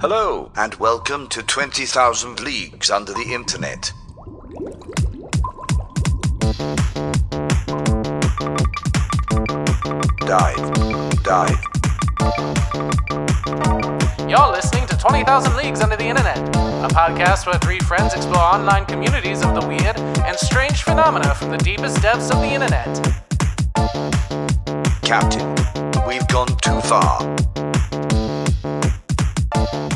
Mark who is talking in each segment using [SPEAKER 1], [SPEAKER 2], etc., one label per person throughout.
[SPEAKER 1] Hello, and welcome to 20,000 Leagues Under the Internet. Dive, dive,
[SPEAKER 2] You're listening to 20,000 Leagues Under the Internet, a podcast where three friends explore online communities of the weird and strange phenomena from the deepest depths of the internet.
[SPEAKER 1] Captain. We've gone too far.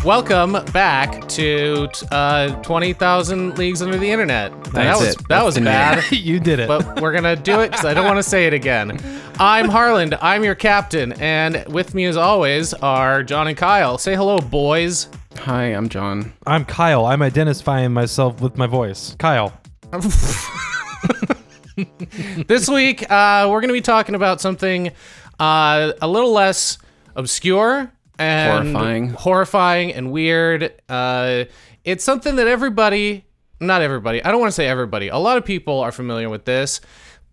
[SPEAKER 3] Welcome back to t- uh, 20,000 Leagues Under the Internet. that
[SPEAKER 4] That's
[SPEAKER 3] was
[SPEAKER 4] it.
[SPEAKER 3] that
[SPEAKER 4] That's
[SPEAKER 3] was
[SPEAKER 4] the name.
[SPEAKER 3] bad,
[SPEAKER 5] you did it.
[SPEAKER 3] but we're going to do it cuz I don't want to say it again. I'm Harland, I'm your captain, and with me as always are John and Kyle. Say hello, boys.
[SPEAKER 4] Hi, I'm John.
[SPEAKER 5] I'm Kyle. I'm identifying myself with my voice. Kyle.
[SPEAKER 3] This week, uh, we're going to be talking about something uh, a little less obscure and
[SPEAKER 4] Horrifying.
[SPEAKER 3] horrifying and weird. Uh, it's something that everybody, not everybody, I don't want to say everybody, a lot of people are familiar with this.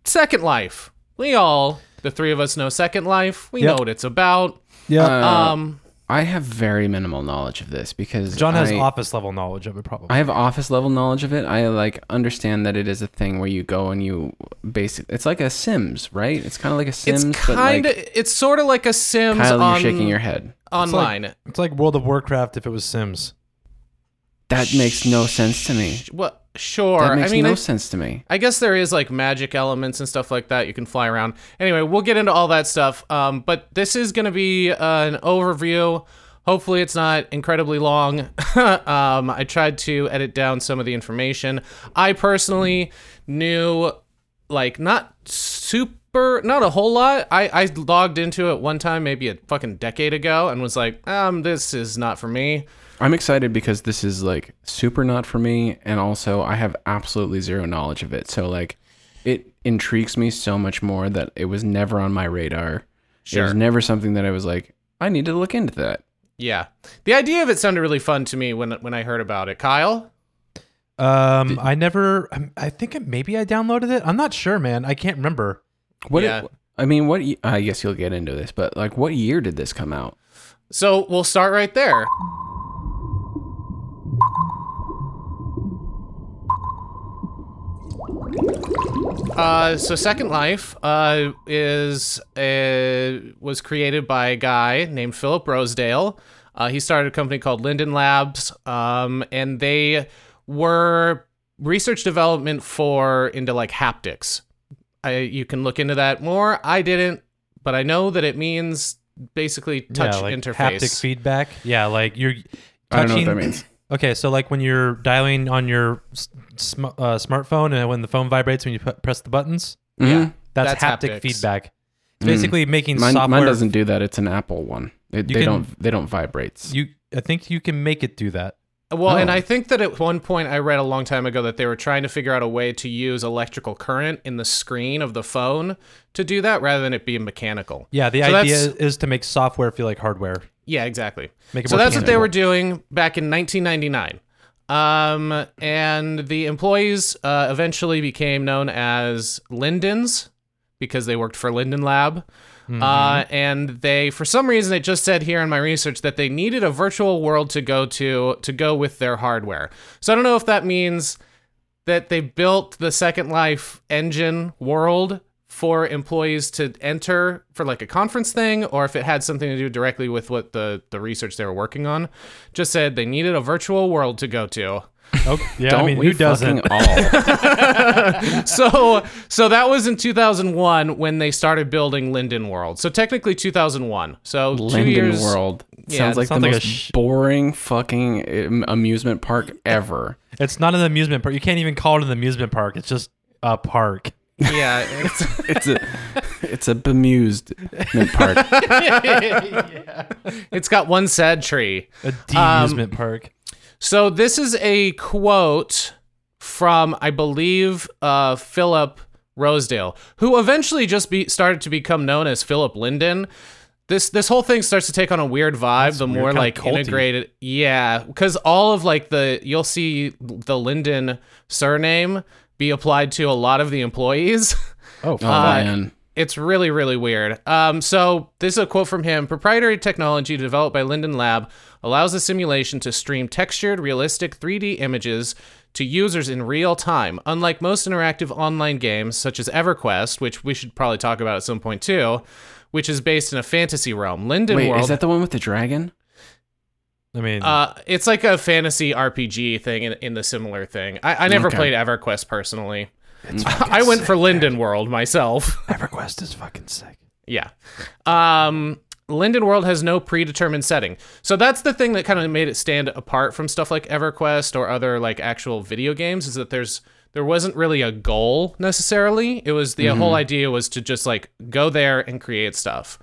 [SPEAKER 3] Second Life. We all, the three of us, know Second Life. We
[SPEAKER 5] Yep.
[SPEAKER 3] know what it's about.
[SPEAKER 5] Yeah.
[SPEAKER 4] Uh,
[SPEAKER 3] Um,
[SPEAKER 4] I have very minimal knowledge of this because
[SPEAKER 5] John has
[SPEAKER 4] I,
[SPEAKER 5] office level knowledge of it, probably.
[SPEAKER 4] I have office level knowledge of it. I like understand that it is a thing where you go and you basic. It's like a Sims, right? It's kind of like a Sims,
[SPEAKER 3] it's
[SPEAKER 4] but
[SPEAKER 3] kind of,
[SPEAKER 4] like
[SPEAKER 3] it's sort of like a Sims
[SPEAKER 4] Kyle,
[SPEAKER 3] on,
[SPEAKER 4] you're shaking your head.
[SPEAKER 3] online.
[SPEAKER 5] it's like World of Warcraft if it was Sims.
[SPEAKER 4] That makes no sense to me.
[SPEAKER 3] Well, sure.
[SPEAKER 4] That makes
[SPEAKER 3] I mean,
[SPEAKER 4] no
[SPEAKER 3] I-
[SPEAKER 4] sense to me.
[SPEAKER 3] I guess there is like magic elements and stuff like that. You can fly around. Anyway, we'll get into all that stuff. Um, but this is going to be uh, an overview. Hopefully, it's not incredibly long. um, I tried to edit down some of the information. I personally knew, like, not super, not a whole lot. I, I logged into it one time, maybe a fucking decade ago, and was like, um, this is not for me.
[SPEAKER 4] I'm excited because this is like super not for me, and also I have absolutely zero knowledge of it. So like, it intrigues me so much more that it was never on my radar. It was never something that I was like, I need to look into that.
[SPEAKER 3] Yeah. The idea of it sounded really fun to me when when I heard about it. Kyle?
[SPEAKER 5] Um, I never. I'm- I think it- maybe I downloaded it. I'm not sure, man. I can't remember.
[SPEAKER 4] What?
[SPEAKER 3] Yeah.
[SPEAKER 4] I mean, what? y- I guess you'll get into this, but like, what year did this come out?
[SPEAKER 3] So we'll start right there. Uh, so Second Life uh, is uh, was created by a guy named Philip Rosedale. Uh, he started a company called Linden Labs, um, and they were research development for into like haptics. I, you can look into that more. I didn't, but I know that it means basically touch
[SPEAKER 5] yeah, like
[SPEAKER 3] interface.
[SPEAKER 5] Haptic feedback. Yeah, like you're touching.
[SPEAKER 4] I don't know what that means.
[SPEAKER 5] Okay, so like when you're dialing on your s- sm- uh, smartphone and when the phone vibrates when you p- press the buttons,
[SPEAKER 4] Mhm.
[SPEAKER 5] that's,
[SPEAKER 3] That's
[SPEAKER 5] haptic
[SPEAKER 3] haptics.
[SPEAKER 5] feedback. It's basically making
[SPEAKER 4] Hmm. Mine,
[SPEAKER 5] software.
[SPEAKER 4] mine doesn't do that. It's an Apple one. It, they
[SPEAKER 5] You can-
[SPEAKER 4] don't. They don't vibrate.
[SPEAKER 5] You, I think you can make it do that.
[SPEAKER 3] Well, and
[SPEAKER 4] Oh.
[SPEAKER 3] I think that at one point I read a long time ago that they were trying to figure out a way to use electrical current in the screen of the phone to do that rather than it being mechanical.
[SPEAKER 5] Yeah, the
[SPEAKER 3] So
[SPEAKER 5] idea
[SPEAKER 3] that's-
[SPEAKER 5] is to make software feel like hardware.
[SPEAKER 3] Yeah, exactly.
[SPEAKER 5] Make it
[SPEAKER 3] so
[SPEAKER 5] more
[SPEAKER 3] that's what they
[SPEAKER 5] tangible.
[SPEAKER 3] were doing back in 1999. Um, and the employees uh, eventually became known as Lindens because they worked for Linden Lab.
[SPEAKER 5] Mm-hmm.
[SPEAKER 3] Uh, and they, for some reason, it just said here in my research that they needed a virtual world to go to to go with their hardware. So I don't know if that means that they built the Second Life engine world for employees to enter for like a conference thing, or if it had something to do directly with what the the research they were working on. Just said they needed a virtual world to go to.
[SPEAKER 5] Okay. Yeah,
[SPEAKER 4] Don't
[SPEAKER 5] I mean,
[SPEAKER 4] we
[SPEAKER 5] who doesn't?
[SPEAKER 4] fucking all?
[SPEAKER 3] so so that was in 2001 when they started building Linden World. So technically 2001. So two
[SPEAKER 4] Linden
[SPEAKER 3] years.
[SPEAKER 4] World
[SPEAKER 3] Yeah,
[SPEAKER 4] sounds like
[SPEAKER 5] sounds
[SPEAKER 4] the
[SPEAKER 5] like a
[SPEAKER 4] most
[SPEAKER 5] sh-
[SPEAKER 4] boring fucking um, amusement park ever.
[SPEAKER 5] It's not an amusement park. You can't even call it an amusement park. It's just a park.
[SPEAKER 3] Yeah. it's-
[SPEAKER 4] It's a it's a bemused park.
[SPEAKER 3] it's got one sad tree.
[SPEAKER 5] A
[SPEAKER 3] Um,
[SPEAKER 5] demusement park.
[SPEAKER 3] So this is a quote from I believe uh, Philip Rosedale, who eventually just be started to become known as Philip Linden. This this whole thing starts to take on a weird vibe the more
[SPEAKER 5] weird, kinda
[SPEAKER 3] like
[SPEAKER 5] culty.
[SPEAKER 3] integrated. Yeah, because all of like the you'll see the Linden surname be applied to a lot of the employees.
[SPEAKER 5] Um,
[SPEAKER 4] Oh,
[SPEAKER 3] Uh,
[SPEAKER 4] man.
[SPEAKER 3] It's really, really weird. Um, so, this is a quote from him Proprietary technology developed by Linden Lab allows the simulation to stream textured, realistic 3D images to users in real time. Unlike most interactive online games, such as EverQuest, which we should probably talk about at some point too, which is based in a fantasy realm, Linden
[SPEAKER 4] Wait,
[SPEAKER 3] World.
[SPEAKER 4] is that the one with the dragon?
[SPEAKER 5] I mean,
[SPEAKER 3] Uh, it's like a fantasy RPG thing in, in the similar thing. I, I never
[SPEAKER 4] Okay.
[SPEAKER 3] played EverQuest personally. I went for Linden World myself.
[SPEAKER 5] EverQuest is fucking sick.
[SPEAKER 3] yeah. Um, Linden World has no predetermined setting. So that's the thing that kind of made it stand apart from stuff like EverQuest or other like actual video games is that there's there wasn't really a goal necessarily. It was the whole idea was to just like go there and create stuff.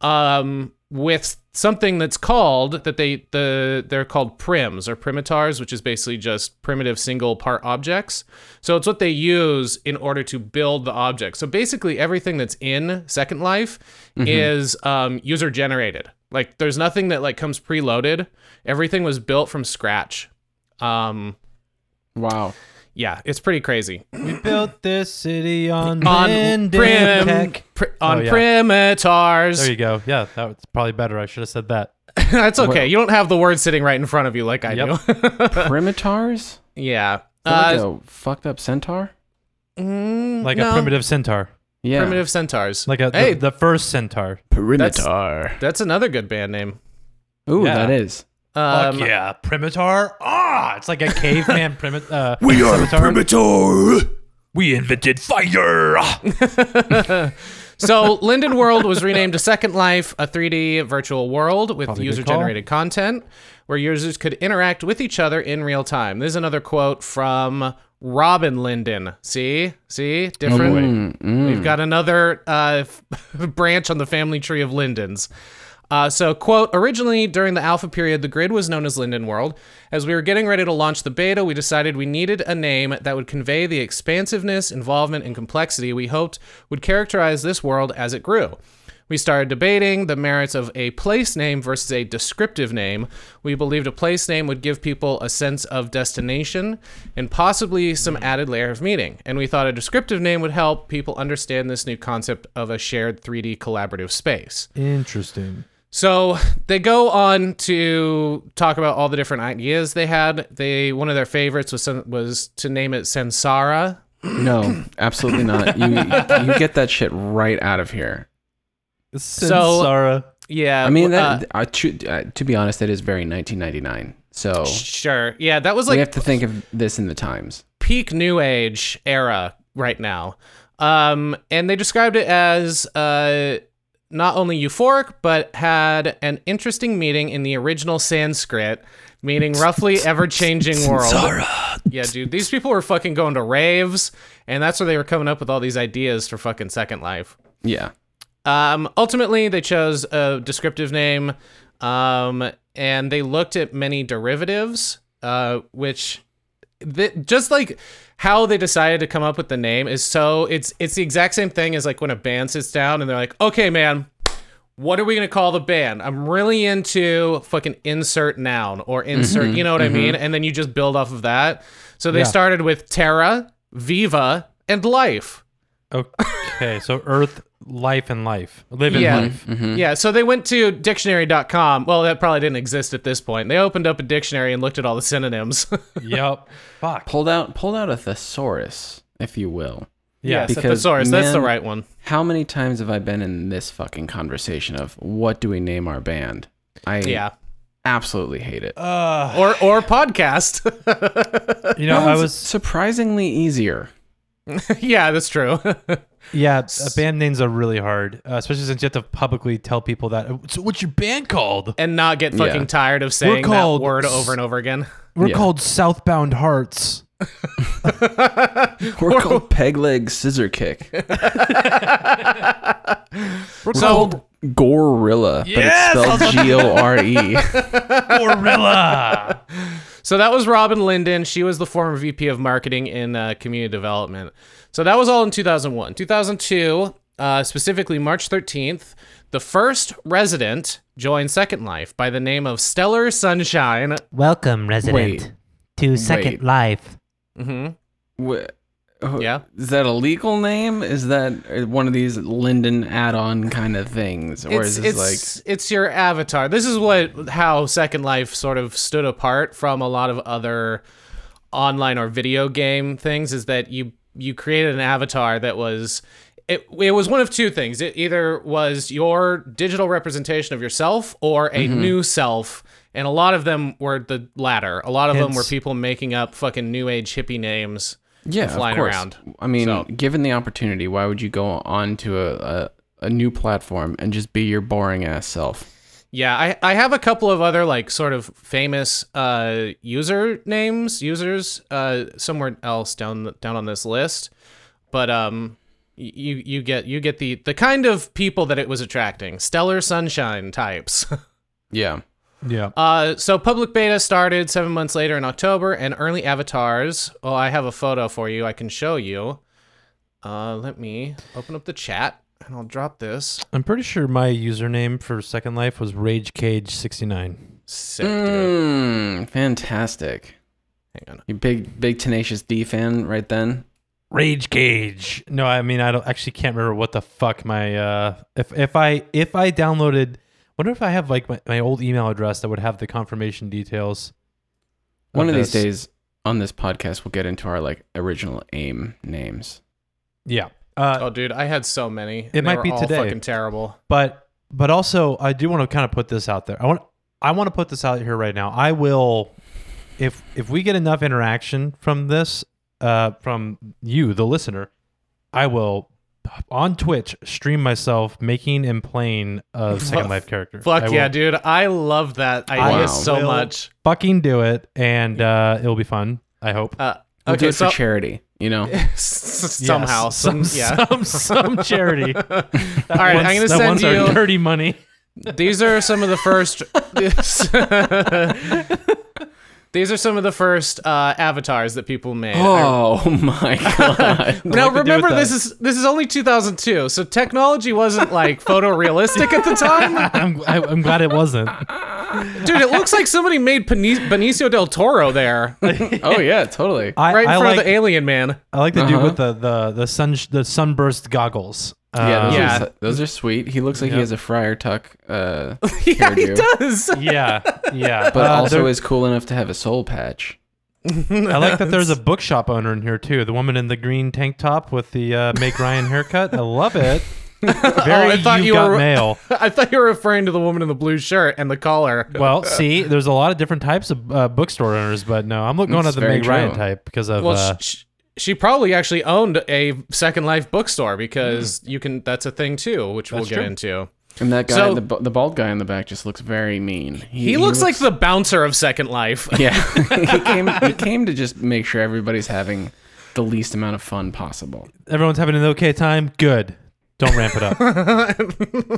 [SPEAKER 3] um, with something that's called that they the they're called prims or primitars, which is basically just primitive single part objects. So it's what they use in order to build the object. So basically, everything that's in Second Life
[SPEAKER 5] Mm-hmm.
[SPEAKER 3] is um, user generated. Like there's nothing that like comes preloaded. Everything was built from scratch. Um,
[SPEAKER 4] Wow.
[SPEAKER 3] yeah, it's pretty crazy.
[SPEAKER 5] We built this city on,
[SPEAKER 3] On
[SPEAKER 5] Linden
[SPEAKER 3] prim,
[SPEAKER 5] Tech.
[SPEAKER 3] pri- on
[SPEAKER 5] Oh, yeah.
[SPEAKER 3] primitars.
[SPEAKER 5] There you go. Yeah, that was probably better. I should have said that.
[SPEAKER 3] That's okay. You don't have the word sitting right in front of you like I
[SPEAKER 5] Yep.
[SPEAKER 3] do.
[SPEAKER 4] Primitars?
[SPEAKER 3] yeah.
[SPEAKER 4] Is
[SPEAKER 3] Uh,
[SPEAKER 4] that like a fucked up centaur?
[SPEAKER 3] Mm,
[SPEAKER 5] Like
[SPEAKER 3] no.
[SPEAKER 5] a primitive centaur,
[SPEAKER 4] Yeah.
[SPEAKER 3] primitive centaurs.
[SPEAKER 5] like a
[SPEAKER 3] hey,
[SPEAKER 5] the, the first centaur.
[SPEAKER 3] Perimetar. that's another good band name.
[SPEAKER 4] Ooh,
[SPEAKER 5] Yeah.
[SPEAKER 4] that is.
[SPEAKER 3] Um,
[SPEAKER 5] Fuck yeah, primitar. Ah, it's like a caveman primit. Uh,
[SPEAKER 6] We are
[SPEAKER 5] scimitar.
[SPEAKER 6] Primitor. We invented fire.
[SPEAKER 3] so Linden World was renamed to Second Life, a 3D virtual world with
[SPEAKER 5] a good
[SPEAKER 3] user-generated content where users could interact with each other in real time. There's another quote from Robin Linden. See, see, different. We've got another uh, branch on the family tree of Lindens. Uh, so, quote, originally during the alpha period, the grid was known as Linden World. As we were getting ready to launch the beta, we decided we needed a name that would convey the expansiveness, involvement, and complexity we hoped would characterize this world as it grew. We started debating the merits of a place name versus a descriptive name. We believed a place name would give people a sense of destination and possibly some added layer of meaning. And we thought a descriptive name would help people understand this new concept of a shared 3D collaborative space.
[SPEAKER 5] Interesting.
[SPEAKER 3] So they go on to talk about all the different ideas they had. They one of their favorites was was to name it Sansara.
[SPEAKER 4] No, absolutely not. You you get that shit right out of here.
[SPEAKER 5] So, Sarah.
[SPEAKER 3] Yeah,
[SPEAKER 4] I mean,
[SPEAKER 3] uh,
[SPEAKER 4] that, uh, to, uh, to be honest, that is very 1999. So
[SPEAKER 3] sure. Yeah, that was
[SPEAKER 4] we
[SPEAKER 3] like
[SPEAKER 4] have to think of this in the times.
[SPEAKER 3] peak new age era right now. Um, and they described it as uh, not only euphoric, but had an interesting meaning in the original Sanskrit, meaning roughly ever changing world. Yeah, dude, these people were fucking going to raves, and that's where they were coming up with all these ideas for fucking Second Life.
[SPEAKER 4] Yeah.
[SPEAKER 3] Um, ultimately, they chose a descriptive name, um, and they looked at many derivatives, uh, which th- just like how they decided to come up with the name is so it's it's the exact same thing as like when a band sits down and they're like, okay, man. What are we gonna call the band? I'm really into fucking insert noun or insert, you know what I mean? And then you just build off of that. So they
[SPEAKER 5] Yeah.
[SPEAKER 3] started with Terra, Viva, and Life.
[SPEAKER 5] Okay, so Earth, life, and life. Live in
[SPEAKER 3] Yeah.
[SPEAKER 5] life.
[SPEAKER 3] Yeah, so they went to dictionary.com. Well, that probably didn't exist at this point. They opened up a dictionary and looked at all the synonyms.
[SPEAKER 5] Yep. Fuck.
[SPEAKER 4] Pulled out pulled out a thesaurus, if you will.
[SPEAKER 5] Yeah.
[SPEAKER 3] so
[SPEAKER 4] because,
[SPEAKER 3] thesaurus, that's the
[SPEAKER 4] man-
[SPEAKER 3] right one.
[SPEAKER 4] How many times have I been in this fucking conversation of what do we name our band? I
[SPEAKER 3] Yeah.
[SPEAKER 4] absolutely hate it.
[SPEAKER 5] Uh,
[SPEAKER 3] Or or podcast.
[SPEAKER 5] you know, I
[SPEAKER 4] That
[SPEAKER 5] was
[SPEAKER 4] surprisingly easier.
[SPEAKER 3] yeah, that's true.
[SPEAKER 5] Yeah, uh, band names are really hard, uh, especially since you have to publicly tell people that. "Uh, So, what's your band called?
[SPEAKER 3] and not get fucking
[SPEAKER 4] Yeah.
[SPEAKER 3] tired of saying that
[SPEAKER 5] called
[SPEAKER 3] word
[SPEAKER 5] s-
[SPEAKER 3] over and over again.
[SPEAKER 5] We're
[SPEAKER 4] Yeah.
[SPEAKER 5] called Southbound Hearts.
[SPEAKER 4] We're called peg leg scissor kick. We're called gorilla, but it's spelled G O R E.
[SPEAKER 5] Gorilla.
[SPEAKER 3] So that was Robin Linden. She was the former VP of marketing in uh, community development. So that was all in 2001. 2002, uh, specifically March 13th, the first resident joined Second Life by the name of Stellar Sunshine.
[SPEAKER 7] Welcome, resident,
[SPEAKER 4] Wait.
[SPEAKER 7] to Second
[SPEAKER 3] Mm-hmm.
[SPEAKER 4] Wait.
[SPEAKER 7] Life.
[SPEAKER 4] Wh-
[SPEAKER 3] Yeah.
[SPEAKER 4] Is that a legal name? Is that uh, one of these Linden add-on kind of things, or
[SPEAKER 3] it's
[SPEAKER 4] is this
[SPEAKER 3] it's, it's your avatar. This is what how Second Life sort of stood apart from a lot of other online or video game things is that you you created an avatar that was it, it was one of two things. It either was your digital representation of yourself or a new self. And a lot of them were the latter. A lot of them
[SPEAKER 5] Hence-
[SPEAKER 3] were people making up fucking new age hippie names.
[SPEAKER 4] like yeah,
[SPEAKER 3] flying
[SPEAKER 4] of course.
[SPEAKER 3] around?
[SPEAKER 4] I mean,
[SPEAKER 3] So-
[SPEAKER 4] given the opportunity, why would you go on to a, a a new platform and just be your boring ass self?
[SPEAKER 3] Yeah, I, I have a couple of other like sort of famous uh, user names, users uh, somewhere else down down on this list, but um, y- you you get you get the the kind of people that it was attracting, stellar sunshine types.
[SPEAKER 4] Yeah.
[SPEAKER 5] Yeah.
[SPEAKER 3] uh, so public beta started seven months later in October, and early avatars. Well, I have a photo for you. I can show you. Uh, let me open up the chat, and I'll drop this.
[SPEAKER 5] I'm pretty sure my username for Second Life was Rage Cage 69.
[SPEAKER 3] Sick, dude.
[SPEAKER 4] Mm, fantastic.
[SPEAKER 3] Hang on.
[SPEAKER 4] You big big tenacious D fan right then.
[SPEAKER 5] Rage Cage. No, I mean I don't actually can't remember what the fuck my uh if if I if I downloaded wonder if I have like my, my old email address that would have the confirmation details.
[SPEAKER 4] One of these
[SPEAKER 5] this.
[SPEAKER 4] days on this podcast, we'll get into our like original aim names.
[SPEAKER 5] Yeah. Uh
[SPEAKER 3] Oh, dude, I had so many.
[SPEAKER 5] It
[SPEAKER 3] They
[SPEAKER 5] might
[SPEAKER 3] were
[SPEAKER 5] be
[SPEAKER 3] all
[SPEAKER 5] today.
[SPEAKER 3] Fucking terrible.
[SPEAKER 5] but but also I do want to kind of put this out there. I want I want to put this out here right now. I will if if we get enough interaction from this uh from you the listener, I will on Twitch stream myself making and playing a Second Life character. I
[SPEAKER 3] Fuck
[SPEAKER 5] will
[SPEAKER 3] yeah, dude! I love that idea
[SPEAKER 4] Wow.
[SPEAKER 3] so
[SPEAKER 5] will
[SPEAKER 3] much.
[SPEAKER 5] Fucking do it and uh it'll be fun. I hope.
[SPEAKER 3] Uh,
[SPEAKER 4] We'll do
[SPEAKER 3] okay,
[SPEAKER 4] it
[SPEAKER 3] so
[SPEAKER 4] for charity, you know.
[SPEAKER 5] Yes,
[SPEAKER 3] somehow, some,
[SPEAKER 5] some,
[SPEAKER 3] yeah.
[SPEAKER 5] some some charity. All right,
[SPEAKER 3] All right, I'm gonna send you.
[SPEAKER 5] dirty money.
[SPEAKER 3] These are some of the first. These are some of the first uh, avatars that people made.
[SPEAKER 4] Oh my god.
[SPEAKER 3] now
[SPEAKER 5] to do
[SPEAKER 3] remember,
[SPEAKER 5] with
[SPEAKER 3] this is this is only 2002, so technology wasn't like photorealistic at the time.
[SPEAKER 5] I'm I, I'm glad it wasn't.
[SPEAKER 3] Dude, it looks like somebody made Beni- Benicio del Toro there, right
[SPEAKER 4] oh yeah, totally.
[SPEAKER 5] I,
[SPEAKER 3] in
[SPEAKER 5] I
[SPEAKER 3] front
[SPEAKER 5] like,
[SPEAKER 3] of the alien man.
[SPEAKER 5] I like the
[SPEAKER 4] Uh-huh.
[SPEAKER 5] dude with the the the sun the sunburst goggles.
[SPEAKER 4] Yeah,
[SPEAKER 5] Uh,
[SPEAKER 4] those,
[SPEAKER 3] yeah.
[SPEAKER 4] Are, s- those are sweet. He looks like he has a Friar Tuck, uh,
[SPEAKER 3] yeah, he
[SPEAKER 4] hairdo,
[SPEAKER 3] does.
[SPEAKER 5] yeah, yeah.
[SPEAKER 4] but
[SPEAKER 5] Uh,
[SPEAKER 4] also
[SPEAKER 5] there-
[SPEAKER 4] is cool enough to have a soul patch.
[SPEAKER 5] I like that there's a bookshop owner in here too. The woman in the green tank top with the uh, make Ryan haircut. I love it. Very
[SPEAKER 3] Oh, I thought
[SPEAKER 5] you,
[SPEAKER 3] you
[SPEAKER 5] got
[SPEAKER 3] were-
[SPEAKER 5] mail.
[SPEAKER 3] I thought you were referring to the woman in the blue shirt and the collar.
[SPEAKER 5] Well, see, there's a lot of different types of uh, bookstore owners, but no, I'm looking going
[SPEAKER 4] That's
[SPEAKER 5] at the
[SPEAKER 4] very
[SPEAKER 5] Meg Ryan
[SPEAKER 4] true.
[SPEAKER 5] type because of
[SPEAKER 3] Well,
[SPEAKER 5] uh,
[SPEAKER 3] sh sh- she probably actually owned a Second Life bookstore because you can. That's a thing too, which we'll get
[SPEAKER 5] true.
[SPEAKER 3] into.
[SPEAKER 4] And that guy,
[SPEAKER 3] So-
[SPEAKER 4] the, bu- the bald guy in the back, just looks very mean.
[SPEAKER 3] He, looks, like the bouncer of Second Life.
[SPEAKER 4] yeah. he came he came to just make sure everybody's having the least amount of fun possible.
[SPEAKER 5] everyone's having an okay time. Good. Don't ramp it up.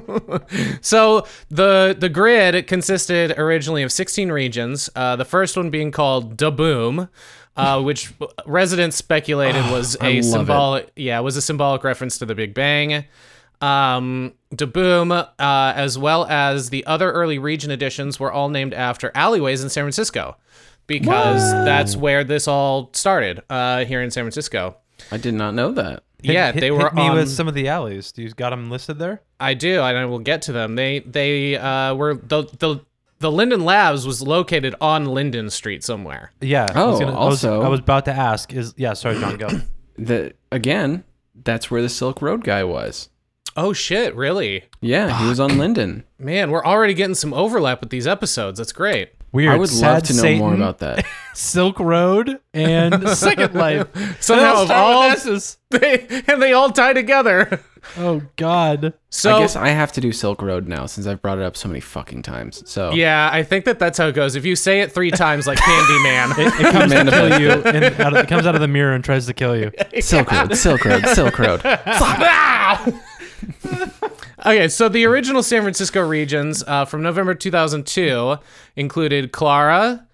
[SPEAKER 3] so the the grid consisted originally of 16 regions. Uh, the first one being called Daboom, uh, which residents speculated was
[SPEAKER 4] Ah,
[SPEAKER 3] a
[SPEAKER 4] I love it.
[SPEAKER 3] symbolic yeah was a symbolic reference to the Big Bang. Um, Daboom, uh, as well as the other early region additions, were all named after alleyways in San Francisco, because that's where this all started uh, here in San Francisco.
[SPEAKER 4] I did not know that.
[SPEAKER 3] yeah,
[SPEAKER 5] Hit-
[SPEAKER 3] they
[SPEAKER 5] hit
[SPEAKER 3] were
[SPEAKER 5] me
[SPEAKER 3] on
[SPEAKER 5] with some of the alleys. Do you got them listed there?
[SPEAKER 3] I do, and I will get to them. They they uh, were the the the Linden Labs was located on Linden Street somewhere.
[SPEAKER 5] Yeah. I was
[SPEAKER 4] Oh,
[SPEAKER 5] I was- I
[SPEAKER 4] also-
[SPEAKER 5] was, about to ask. Is yeah? Sorry, John. Go.
[SPEAKER 4] The again, that's where the Silk Road guy was.
[SPEAKER 3] Oh shit! Really,
[SPEAKER 4] Yeah, he was on Linden.
[SPEAKER 3] man, we're already getting some overlap with these episodes. That's great.
[SPEAKER 5] Weird.
[SPEAKER 4] I would
[SPEAKER 5] Sad
[SPEAKER 4] love to know
[SPEAKER 5] Satan,
[SPEAKER 4] more about that.
[SPEAKER 5] Silk Road and Second Life.
[SPEAKER 3] Somehow of all,
[SPEAKER 5] S's.
[SPEAKER 3] they, and they all tie together.
[SPEAKER 5] Oh God.
[SPEAKER 3] So
[SPEAKER 4] I guess I have to do Silk Road now since I've brought it up so many fucking times. So
[SPEAKER 3] yeah, I think that that's how it goes. If you say it three times, like Candyman,
[SPEAKER 5] It comes to
[SPEAKER 4] Manipulate
[SPEAKER 5] kill you. And out of, it comes out of the mirror and tries to kill you.
[SPEAKER 4] Silk Road, Silk Road, Silk Road.
[SPEAKER 3] Okay, so the original San Francisco regions uh, from November 2002 included Clara,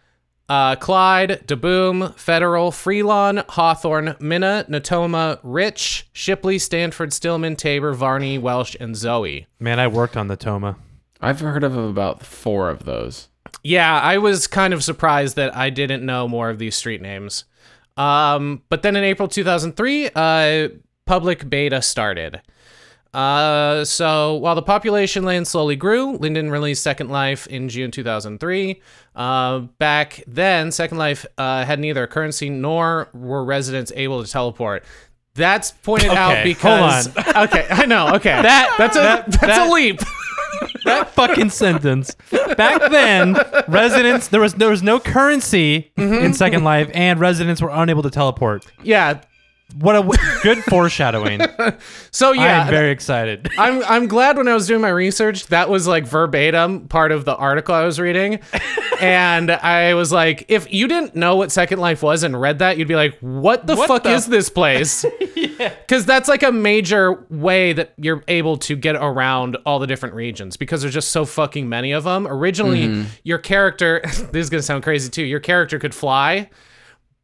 [SPEAKER 3] uh, Clyde, DeBoom, Federal, Freelon, Hawthorne, Minna, Natoma, Rich, Shipley, Stanford, Stillman, Tabor, Varney, Welsh, and Zoe.
[SPEAKER 5] Man, I worked on the Toma.
[SPEAKER 4] I've heard of about four of those.
[SPEAKER 3] Yeah, I was kind of surprised that I didn't know more of these street names. Um, but then in April 2003, uh, public beta started. Uh, so while the population land slowly grew, Linden released Second Life in June 2003. Uh, back then, Second Life uh, had neither a currency nor were residents able to teleport. That's pointed out
[SPEAKER 5] Okay,
[SPEAKER 3] because
[SPEAKER 5] hold
[SPEAKER 3] okay, I know. Okay,
[SPEAKER 5] That-
[SPEAKER 3] that's a
[SPEAKER 5] that-
[SPEAKER 3] that's
[SPEAKER 5] that-
[SPEAKER 3] a leap.
[SPEAKER 5] that fucking sentence. Back then, residents there was there was no currency in Second Life, and residents were unable to teleport.
[SPEAKER 3] yeah.
[SPEAKER 5] What a w- good foreshadowing!
[SPEAKER 3] So yeah,
[SPEAKER 5] I'm very excited.
[SPEAKER 3] I'm I'm glad when I was doing my research that was like verbatim part of the article I was reading, and I was like, if you didn't know what Second Life was and read that, you'd be like, what the fuck
[SPEAKER 5] the-
[SPEAKER 3] is this place? Because that's like a major way that you're able to get around all the different regions because there's just so fucking many of them. Originally,
[SPEAKER 4] Mm-hmm.
[SPEAKER 3] your character this is gonna sound crazy too. Your character could fly.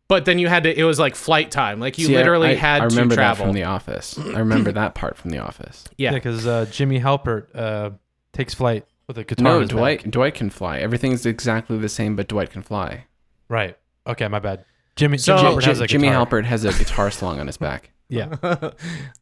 [SPEAKER 3] But then you had to. It was like flight time. Like you
[SPEAKER 4] See, I-
[SPEAKER 3] literally
[SPEAKER 4] I-
[SPEAKER 3] had
[SPEAKER 4] I
[SPEAKER 3] to
[SPEAKER 4] remember that
[SPEAKER 3] travel.
[SPEAKER 4] from The Office. I remember that part from The Office.
[SPEAKER 3] yeah.
[SPEAKER 5] Yeah, because uh, Jimmy Halpert uh, takes flight with a guitar. in
[SPEAKER 4] No,
[SPEAKER 5] his back.
[SPEAKER 4] Dwight. Dwight can fly. Everything's exactly the same, but Dwight can fly.
[SPEAKER 5] Right. Okay, my bad. Jimmy,
[SPEAKER 3] So-
[SPEAKER 5] Jimmy Halpert
[SPEAKER 4] J-
[SPEAKER 5] has a
[SPEAKER 4] Jimmy
[SPEAKER 5] guitar.
[SPEAKER 4] Halpert has a guitar slung on his back.
[SPEAKER 5] Yeah.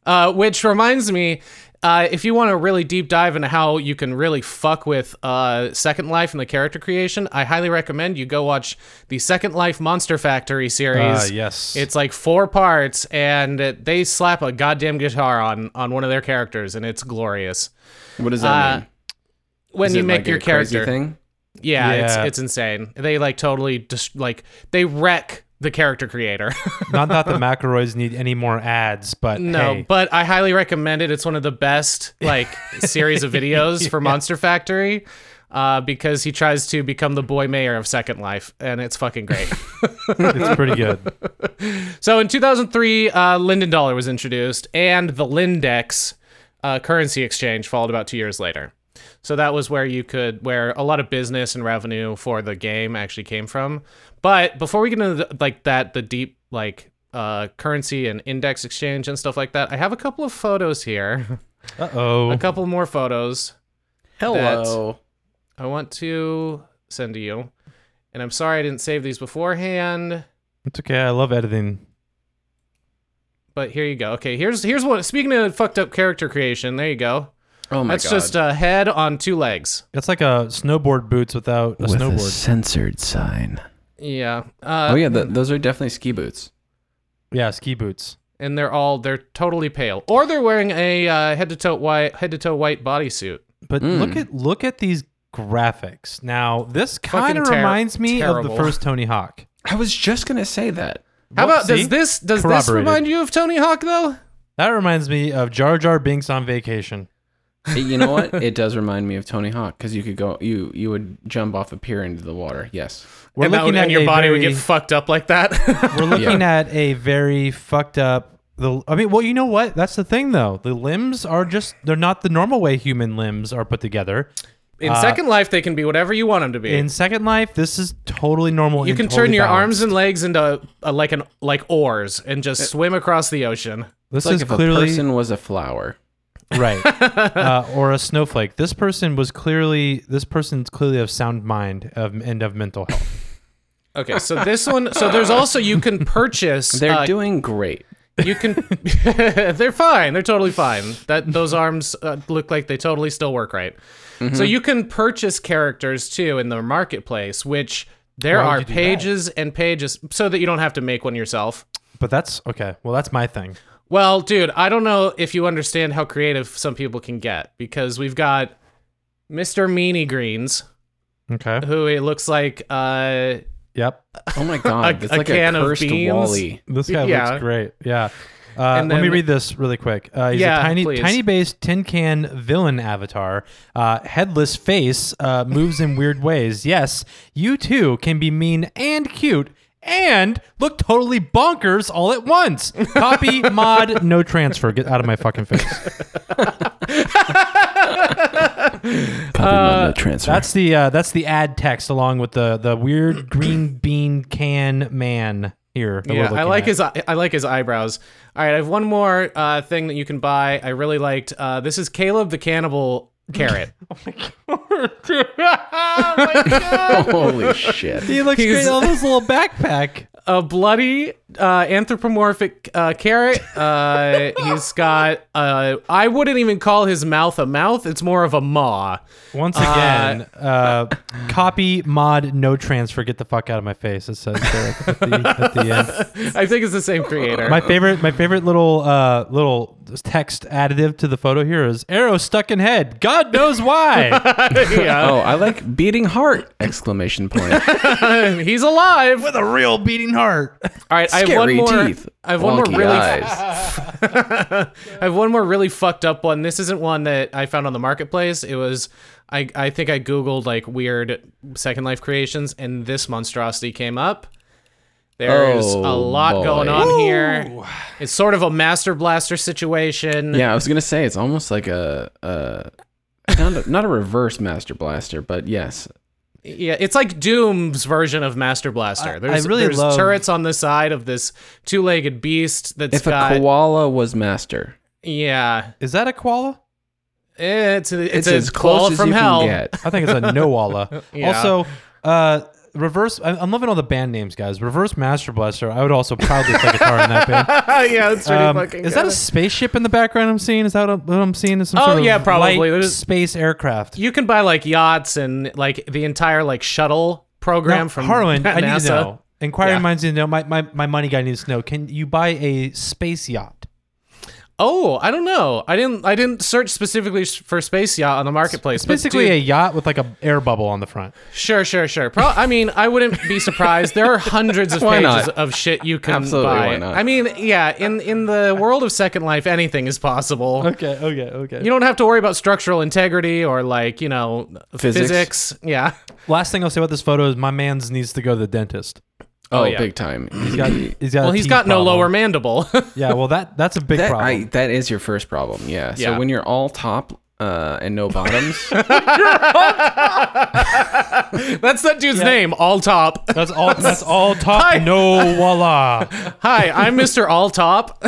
[SPEAKER 3] Uh, which reminds me, uh, if you want to really deep dive into how you can really fuck with uh, Second Life and the character creation, I highly recommend you go watch the Second Life Monster Factory series.
[SPEAKER 5] Uh, yes.
[SPEAKER 3] It's like four parts, and uh, they slap a goddamn guitar on on one of their characters, and it's glorious.
[SPEAKER 4] What does that
[SPEAKER 3] Uh,
[SPEAKER 4] mean?
[SPEAKER 3] When
[SPEAKER 4] Is
[SPEAKER 3] you
[SPEAKER 4] it
[SPEAKER 3] make
[SPEAKER 4] like
[SPEAKER 3] your
[SPEAKER 4] a crazy
[SPEAKER 3] character,
[SPEAKER 4] thing.
[SPEAKER 3] yeah,
[SPEAKER 5] Yeah.
[SPEAKER 3] It's, it's insane. They like totally just like they wreck the character creator.
[SPEAKER 5] Not that the McElroys need any more ads, but
[SPEAKER 3] No,
[SPEAKER 5] hey,
[SPEAKER 3] but I highly recommend it. It's one of the best like series of videos for Monster Factory. Uh, because he tries to become the boy mayor of Second Life, and it's fucking great.
[SPEAKER 5] it's pretty good.
[SPEAKER 3] so in 2003, uh, Linden Dollar was introduced, and the Lindex uh, currency exchange followed about two years later. So that was where you could, where a lot of business and revenue for the game actually came from. But before we get into the, like that, the deep like uh, currency and index exchange and stuff like that, I have a couple of photos here,
[SPEAKER 5] Uh oh.
[SPEAKER 3] a couple more photos
[SPEAKER 4] Hello.
[SPEAKER 3] I want to send to you. And I'm sorry I didn't save these beforehand.
[SPEAKER 5] It's okay. I love editing.
[SPEAKER 3] But here you go. Okay, here's here's what. Speaking of fucked up character creation, there you go.
[SPEAKER 4] Oh my
[SPEAKER 3] That's
[SPEAKER 4] god.
[SPEAKER 3] just uh, a head on two legs.
[SPEAKER 5] It's like a snowboard boots without a
[SPEAKER 4] With a
[SPEAKER 5] snowboard.
[SPEAKER 4] censored sign.
[SPEAKER 3] Yeah. Uh,
[SPEAKER 4] Oh yeah, th those are definitely ski boots.
[SPEAKER 5] yeah, ski boots.
[SPEAKER 3] And they're all they're totally pale, or they're wearing a uh, head to toe white head to toe white bodysuit.
[SPEAKER 5] But
[SPEAKER 3] Hmm.
[SPEAKER 5] look
[SPEAKER 4] Mm.
[SPEAKER 5] at look at these graphics. Now this
[SPEAKER 3] Fucking
[SPEAKER 5] kind of
[SPEAKER 3] ter-
[SPEAKER 5] reminds me of
[SPEAKER 3] terrible.
[SPEAKER 5] the first Tony Hawk.
[SPEAKER 4] I was just gonna say that.
[SPEAKER 3] How
[SPEAKER 5] Well,
[SPEAKER 3] about
[SPEAKER 5] see?
[SPEAKER 3] does this does this
[SPEAKER 5] Corroborated.
[SPEAKER 3] remind you of Tony Hawk though?
[SPEAKER 5] That reminds me of Jar Jar Binks on vacation.
[SPEAKER 4] It- you know what? It does remind me of Tony Hawk because you could go, you you would jump off a pier into the water. Yes.
[SPEAKER 5] We're
[SPEAKER 3] and that would- and your
[SPEAKER 5] a
[SPEAKER 3] body would
[SPEAKER 5] very-
[SPEAKER 3] get fucked up like that.
[SPEAKER 5] We're looking at a very fucked up. The I mean, well, you know what? That's the thing, though. The limbs are just—they're not the normal way human limbs are put together.
[SPEAKER 3] In Second Life, they can be whatever you want them to be.
[SPEAKER 5] uh, In Second Life, this is totally normal.
[SPEAKER 3] you
[SPEAKER 5] and
[SPEAKER 3] can
[SPEAKER 5] totally
[SPEAKER 3] turn your arms
[SPEAKER 5] balanced. Uh,
[SPEAKER 3] and legs into uh, like an like oars and just swim across the ocean.
[SPEAKER 4] It's
[SPEAKER 5] This
[SPEAKER 4] like
[SPEAKER 5] is
[SPEAKER 4] if a
[SPEAKER 5] clearly
[SPEAKER 4] person was a flower.
[SPEAKER 5] right, uh, or a snowflake. This person was clearly. This person's clearly of sound mind of, and of mental health.
[SPEAKER 3] Okay, so this one. So there's also you can purchase.
[SPEAKER 4] They're
[SPEAKER 3] uh,
[SPEAKER 4] doing great.
[SPEAKER 3] You can. they're fine. They're totally fine. That those arms uh, look like they totally still work right.
[SPEAKER 5] Mm-hmm.
[SPEAKER 3] So you can purchase characters too in the marketplace, which there
[SPEAKER 5] Why would
[SPEAKER 3] are
[SPEAKER 5] you do that?
[SPEAKER 3] pages and pages, so that you don't have to make one yourself.
[SPEAKER 5] But that's okay. Well, that's my thing.
[SPEAKER 3] Well, dude, I don't know if you understand how creative some people can get because we've got Mr. Meanie Greens,
[SPEAKER 5] Okay.
[SPEAKER 3] who it looks like uh,
[SPEAKER 5] Yep.
[SPEAKER 4] Oh my god,
[SPEAKER 3] A-
[SPEAKER 4] it's
[SPEAKER 3] a
[SPEAKER 4] like
[SPEAKER 3] can
[SPEAKER 4] a
[SPEAKER 3] of
[SPEAKER 4] cursed
[SPEAKER 3] beans?
[SPEAKER 4] Wally.
[SPEAKER 5] This guy
[SPEAKER 3] Yeah.
[SPEAKER 5] looks great. Yeah. Uh,
[SPEAKER 3] And
[SPEAKER 5] let me
[SPEAKER 3] then-
[SPEAKER 5] read this really quick. Uh, he's
[SPEAKER 3] Yeah,
[SPEAKER 5] a tiny,
[SPEAKER 3] please.
[SPEAKER 5] tiny based tin can villain avatar. Uh, headless face uh, moves in weird ways. Yes, you too can be mean and cute and look totally bonkers all at once. Copy, mod, no transfer. Get out of my fucking face.
[SPEAKER 4] transfer.
[SPEAKER 5] That's the uh, that's the ad text along with the the weird green bean can man here. that we're
[SPEAKER 3] Yeah, I
[SPEAKER 5] looking
[SPEAKER 3] like
[SPEAKER 5] at.
[SPEAKER 3] his I I like his eyebrows. All right, I have one more uh, thing that you can buy. I really liked. Uh, this is Caleb the Cannibal Carrot.
[SPEAKER 4] Holy shit.
[SPEAKER 5] He looks
[SPEAKER 3] He's-
[SPEAKER 5] great on this little backpack.
[SPEAKER 3] a bloody uh, anthropomorphic uh, carrot. Uh, he's got. Uh, I wouldn't even call his mouth a mouth. It's more of a maw.
[SPEAKER 5] Once again, uh, copy mod no transfer. Get the fuck out of my face. It says there at the, at the end.
[SPEAKER 3] I think it's the same creator.
[SPEAKER 5] My favorite, my favorite little uh, little text additive to the photo here is arrow stuck in head. God knows why.
[SPEAKER 3] Yeah.
[SPEAKER 4] Oh, I like beating heart! Exclamation point.
[SPEAKER 3] he's alive. All
[SPEAKER 5] With a real beating heart.
[SPEAKER 3] right, I have one
[SPEAKER 4] Scary
[SPEAKER 3] more.
[SPEAKER 4] teeth.
[SPEAKER 3] I have one
[SPEAKER 4] wonky
[SPEAKER 3] more really.
[SPEAKER 4] eyes.
[SPEAKER 3] I have one more really fucked up one. This isn't one that I found on the marketplace. It was I I think I googled like weird Second Life creations and this monstrosity came up. There's a
[SPEAKER 4] Oh,
[SPEAKER 3] lot
[SPEAKER 4] boy.
[SPEAKER 3] going on here. It's sort of a master blaster situation.
[SPEAKER 4] Yeah, I was gonna say it's almost like a, a not a, not a reverse master blaster, but yes,
[SPEAKER 3] Yeah, it's like Doom's version of Master Blaster. There's,
[SPEAKER 5] really
[SPEAKER 3] there's
[SPEAKER 5] love-
[SPEAKER 3] turrets on the side of this two-legged beast that's
[SPEAKER 4] if
[SPEAKER 3] got
[SPEAKER 4] a koala was master,
[SPEAKER 3] yeah.
[SPEAKER 5] Is that a koala?
[SPEAKER 3] It's it's,
[SPEAKER 4] it's,
[SPEAKER 3] a
[SPEAKER 4] as close
[SPEAKER 3] call
[SPEAKER 4] as
[SPEAKER 3] from
[SPEAKER 4] you
[SPEAKER 3] hell.
[SPEAKER 4] can get.
[SPEAKER 5] I think it's a Noala.
[SPEAKER 3] Yeah.
[SPEAKER 5] Also, uh, reverse. I- I'm loving all the band names, guys. Reverse Master Blaster. I would also proudly play guitar in that band.
[SPEAKER 3] yeah, it's pretty
[SPEAKER 5] Um,
[SPEAKER 3] fucking.
[SPEAKER 5] is that a spaceship in the background? I'm seeing. Is that what I'm- what I'm seeing? Is some
[SPEAKER 3] Oh,
[SPEAKER 5] sort of
[SPEAKER 3] yeah, probably.
[SPEAKER 5] light
[SPEAKER 3] There's-
[SPEAKER 5] space aircraft.
[SPEAKER 3] you can buy like yachts and like the entire like shuttle program
[SPEAKER 5] Now,
[SPEAKER 3] from
[SPEAKER 5] Harlan, I need
[SPEAKER 3] NASA.
[SPEAKER 5] to know. Inquiring
[SPEAKER 3] Yeah.
[SPEAKER 5] minds need to know. My, my my money guy needs to know. Can you buy a space yacht?
[SPEAKER 3] Oh, I don't know. I didn't. I didn't search specifically s- for space yacht on the marketplace.
[SPEAKER 5] It's
[SPEAKER 3] but
[SPEAKER 5] basically
[SPEAKER 3] dude-
[SPEAKER 5] a yacht with like a air bubble on the front.
[SPEAKER 3] Sure, sure, sure. Pro- I mean, I wouldn't be surprised. There are hundreds of
[SPEAKER 4] Why
[SPEAKER 3] pages
[SPEAKER 4] not?
[SPEAKER 3] of shit you can
[SPEAKER 4] Absolutely,
[SPEAKER 3] buy.
[SPEAKER 4] why not?
[SPEAKER 3] I mean, yeah, in in the world of Second Life, anything is possible.
[SPEAKER 5] Okay, okay, okay.
[SPEAKER 3] You don't have to worry about structural integrity or like you know
[SPEAKER 4] Physics.
[SPEAKER 3] physics. Yeah.
[SPEAKER 5] Last thing I'll say about this photo is my man's needs to go to the dentist.
[SPEAKER 4] Oh,
[SPEAKER 3] yeah.
[SPEAKER 4] big time.
[SPEAKER 5] He's got he's got.
[SPEAKER 3] Well,
[SPEAKER 5] he
[SPEAKER 3] he's got no lower mandible.
[SPEAKER 5] Yeah, well that that's a big
[SPEAKER 4] That,
[SPEAKER 5] problem.
[SPEAKER 4] I, that is your first problem. Yeah.
[SPEAKER 3] Yeah.
[SPEAKER 4] So when you're all top uh, and no bottoms,
[SPEAKER 3] That's that dude's name, All Top.
[SPEAKER 5] That's all. That's all top.
[SPEAKER 3] Hi.
[SPEAKER 5] No, voila,
[SPEAKER 3] Hi, I'm Mr. All Top.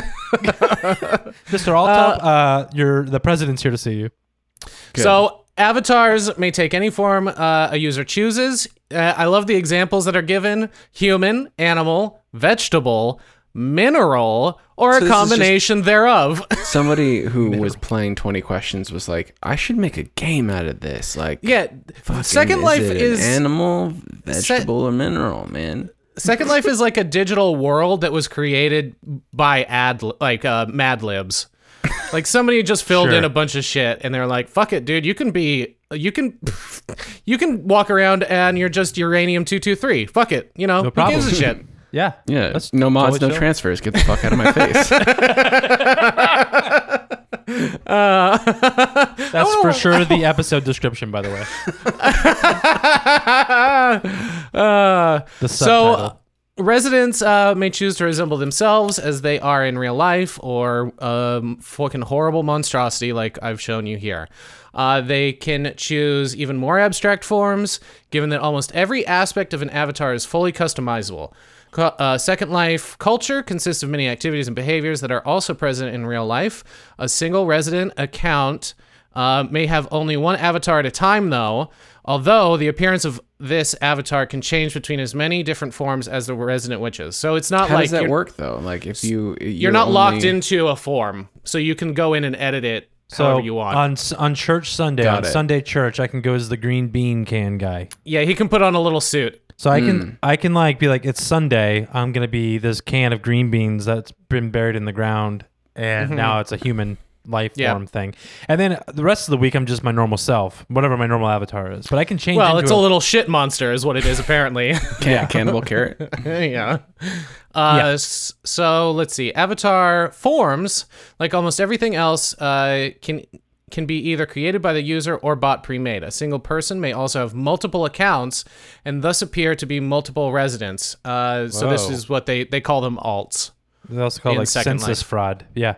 [SPEAKER 5] Mister All Top. Uh, you're the president's here to see you.
[SPEAKER 3] So avatars may take any form uh, a user chooses. Uh, I love the examples that are given: human, animal, vegetable, mineral, or a
[SPEAKER 4] is just-
[SPEAKER 3] combination thereof.
[SPEAKER 4] somebody who was playing 20 questions was like, I should make a game out of this. Like,
[SPEAKER 3] yeah,
[SPEAKER 4] fucking,
[SPEAKER 3] Second Life
[SPEAKER 4] it an
[SPEAKER 3] is
[SPEAKER 4] animal, vegetable, or mineral, man.
[SPEAKER 3] Second Life is like a digital world that was created by ad like uh, Mad Libs. Like somebody just filled in
[SPEAKER 5] Sure.
[SPEAKER 3] a bunch of shit and they're like, "Fuck it, dude, you can be you can you can walk around and you're just uranium 223. Fuck it, you know. who
[SPEAKER 5] problem.
[SPEAKER 3] gives a shit?"
[SPEAKER 5] Yeah.
[SPEAKER 4] Yeah.
[SPEAKER 5] That's
[SPEAKER 4] no mods,
[SPEAKER 5] totally
[SPEAKER 4] no
[SPEAKER 5] chill.
[SPEAKER 4] transfers. Get the fuck out of my face.
[SPEAKER 5] That's
[SPEAKER 4] Oh.
[SPEAKER 5] for sure the episode description, by the way.
[SPEAKER 3] Uh, so
[SPEAKER 5] The subtitle.
[SPEAKER 3] residents uh, may choose to resemble themselves as they are in real life or um, fucking horrible monstrosity like I've shown you here. Uh, they can choose even more abstract forms, given that almost every aspect of an avatar is fully customizable. Cu- Uh, Second Life culture consists of many activities and behaviors that are also present in real life. A single resident account uh, may have only one avatar at a time, though, although the appearance of this avatar can change between as many different forms as the resident witches. So it's not
[SPEAKER 4] How
[SPEAKER 3] like
[SPEAKER 4] does that
[SPEAKER 3] you're,
[SPEAKER 4] work, though? Like, if you. You're,
[SPEAKER 3] you're not locked
[SPEAKER 4] only-
[SPEAKER 3] into a form, so you can go in and edit it
[SPEAKER 5] So
[SPEAKER 3] however you want.
[SPEAKER 4] uh,
[SPEAKER 5] on s- on church Sunday,
[SPEAKER 4] Got
[SPEAKER 5] on
[SPEAKER 4] it.
[SPEAKER 5] Sunday church, I can go as the green bean can guy.
[SPEAKER 3] yeah, he can put on a little suit.
[SPEAKER 5] So I
[SPEAKER 4] Hmm.
[SPEAKER 5] can I can like be like it's Sunday. I'm gonna be this can of green beans that's been buried in the ground, and now it's a human life
[SPEAKER 3] Mm-hmm. Yeah.
[SPEAKER 5] form thing. And then the rest of the week, I'm just my normal self, whatever my normal avatar is. But I can change.
[SPEAKER 3] Well,
[SPEAKER 5] into
[SPEAKER 3] it's a little shit monster, is what it is apparently.
[SPEAKER 4] Can- Cannibal carrot.
[SPEAKER 3] yeah. Uh, s- So let's see. Avatar forms, like almost everything else, uh, can can be either created by the user or bought pre-made. A single person may also have multiple accounts and thus appear to be multiple residents. Uh, so this
[SPEAKER 5] Whoa.
[SPEAKER 3] is what they they call them alts.
[SPEAKER 5] They also call
[SPEAKER 3] in
[SPEAKER 5] like
[SPEAKER 3] Second
[SPEAKER 5] census
[SPEAKER 3] Life.
[SPEAKER 5] fraud. Yeah.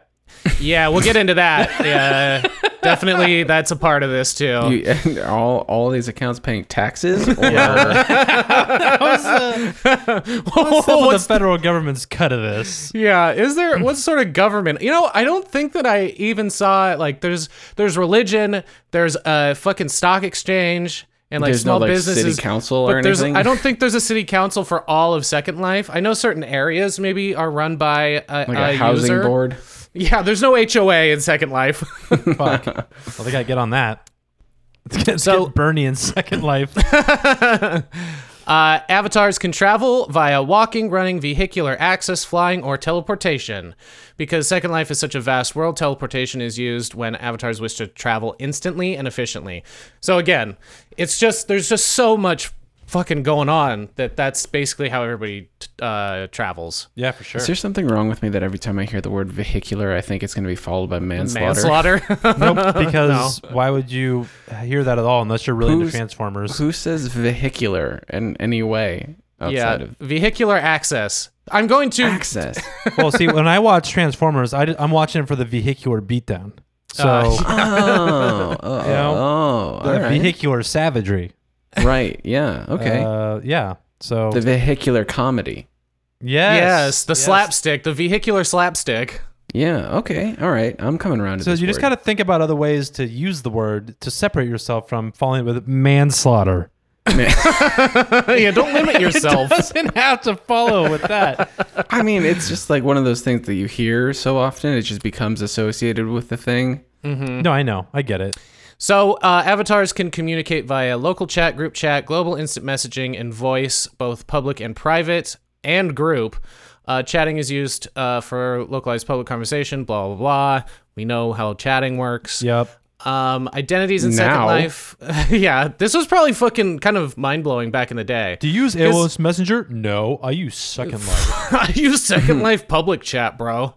[SPEAKER 3] Yeah, we'll get into that. Yeah, definitely, that's a part of this too.
[SPEAKER 4] You, and all, all these accounts paying taxes? Or,
[SPEAKER 5] What's, up with the federal government's cut of this?
[SPEAKER 3] Yeah, is
[SPEAKER 4] Hmm.
[SPEAKER 3] there what sort of government? You know, I don't think that I even saw like there's there's religion, there's a fucking stock exchange, and like
[SPEAKER 4] There's no,
[SPEAKER 3] small
[SPEAKER 4] like, city
[SPEAKER 3] businesses
[SPEAKER 4] council
[SPEAKER 3] but
[SPEAKER 4] or
[SPEAKER 3] there's,
[SPEAKER 4] anything?
[SPEAKER 3] I don't think there's a city council for all of Second Life. I know certain areas maybe are run by a,
[SPEAKER 4] Like a, housing
[SPEAKER 3] uh, user.
[SPEAKER 4] board.
[SPEAKER 3] Yeah, there's no HOA in Second Life.
[SPEAKER 5] Fuck. well, they got to get on that. Let's get,
[SPEAKER 3] So-
[SPEAKER 5] so, get Bernie in Second Life.
[SPEAKER 3] Uh, avatars can travel via walking, running, vehicular access, flying, or teleportation. Because Second Life is such a vast world, teleportation is used when avatars wish to travel instantly and efficiently. So again, it's just there's just so much fucking going on that that's basically how everybody t- uh, travels.
[SPEAKER 5] yeah, for sure.
[SPEAKER 4] Is there something wrong with me that every time I hear the word vehicular, I think it's going to be followed by manslaughter?
[SPEAKER 3] Manslaughter.
[SPEAKER 5] Nope, because why would you hear that at all unless you're really into
[SPEAKER 4] Who's-
[SPEAKER 5] Transformers?
[SPEAKER 4] Who says vehicular in any way outside
[SPEAKER 3] yeah,
[SPEAKER 4] of
[SPEAKER 3] vehicular access. I'm going to
[SPEAKER 4] access?
[SPEAKER 5] well, see, when I watch Transformers, I am watching it for the vehicular beatdown. So uh,
[SPEAKER 4] oh, oh, oh,
[SPEAKER 5] know,
[SPEAKER 4] all
[SPEAKER 5] the
[SPEAKER 4] right.
[SPEAKER 5] vehicular savagery.
[SPEAKER 4] right, yeah, okay.
[SPEAKER 5] Uh, yeah. So
[SPEAKER 4] the vehicular comedy.
[SPEAKER 5] yes,
[SPEAKER 3] yes, the slapstick, the vehicular slapstick.
[SPEAKER 4] Yeah, okay, all right. I'm coming around to
[SPEAKER 5] So
[SPEAKER 4] this
[SPEAKER 5] you just
[SPEAKER 4] word.
[SPEAKER 5] got to think about other ways to use the word to separate yourself from falling with manslaughter.
[SPEAKER 3] yeah, don't limit yourself.
[SPEAKER 5] Doesn't have to follow with that.
[SPEAKER 4] I mean, it's just like one of those things that you hear so often, it just becomes associated with the thing.
[SPEAKER 5] no, I know. I get it.
[SPEAKER 3] So, uh, avatars can communicate via local chat, group chat, global instant messaging, and voice, both public and private, and group. Uh, chatting is used uh, for localized public conversation, blah, blah, blah. We know how chatting works.
[SPEAKER 5] Yep.
[SPEAKER 3] Um, identities in Second
[SPEAKER 4] Now.
[SPEAKER 3] Life. yeah, this was probably fucking kind of mind blowing back in the day.
[SPEAKER 5] Do you use AOS Messenger? No, I use Second Life.
[SPEAKER 3] I use Second Life public chat, bro.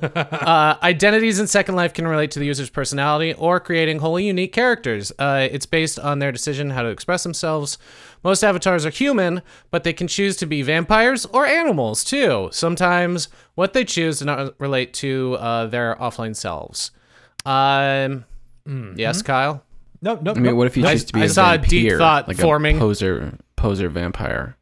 [SPEAKER 3] uh, identities in Second Life can relate to the user's personality or creating wholly unique characters. Uh, it's based on their decision how to express themselves. Most avatars are human, but they can choose to be vampires or animals too. Sometimes what they choose does not relate to uh, their offline selves. Um,
[SPEAKER 4] Mm-hmm.
[SPEAKER 3] Yes, Kyle.
[SPEAKER 5] No, no.
[SPEAKER 4] I mean, what if you choose to be
[SPEAKER 3] I
[SPEAKER 4] a
[SPEAKER 3] saw a
[SPEAKER 4] vampire,
[SPEAKER 3] deep thought
[SPEAKER 4] like
[SPEAKER 3] forming.
[SPEAKER 4] a poser, poser vampire?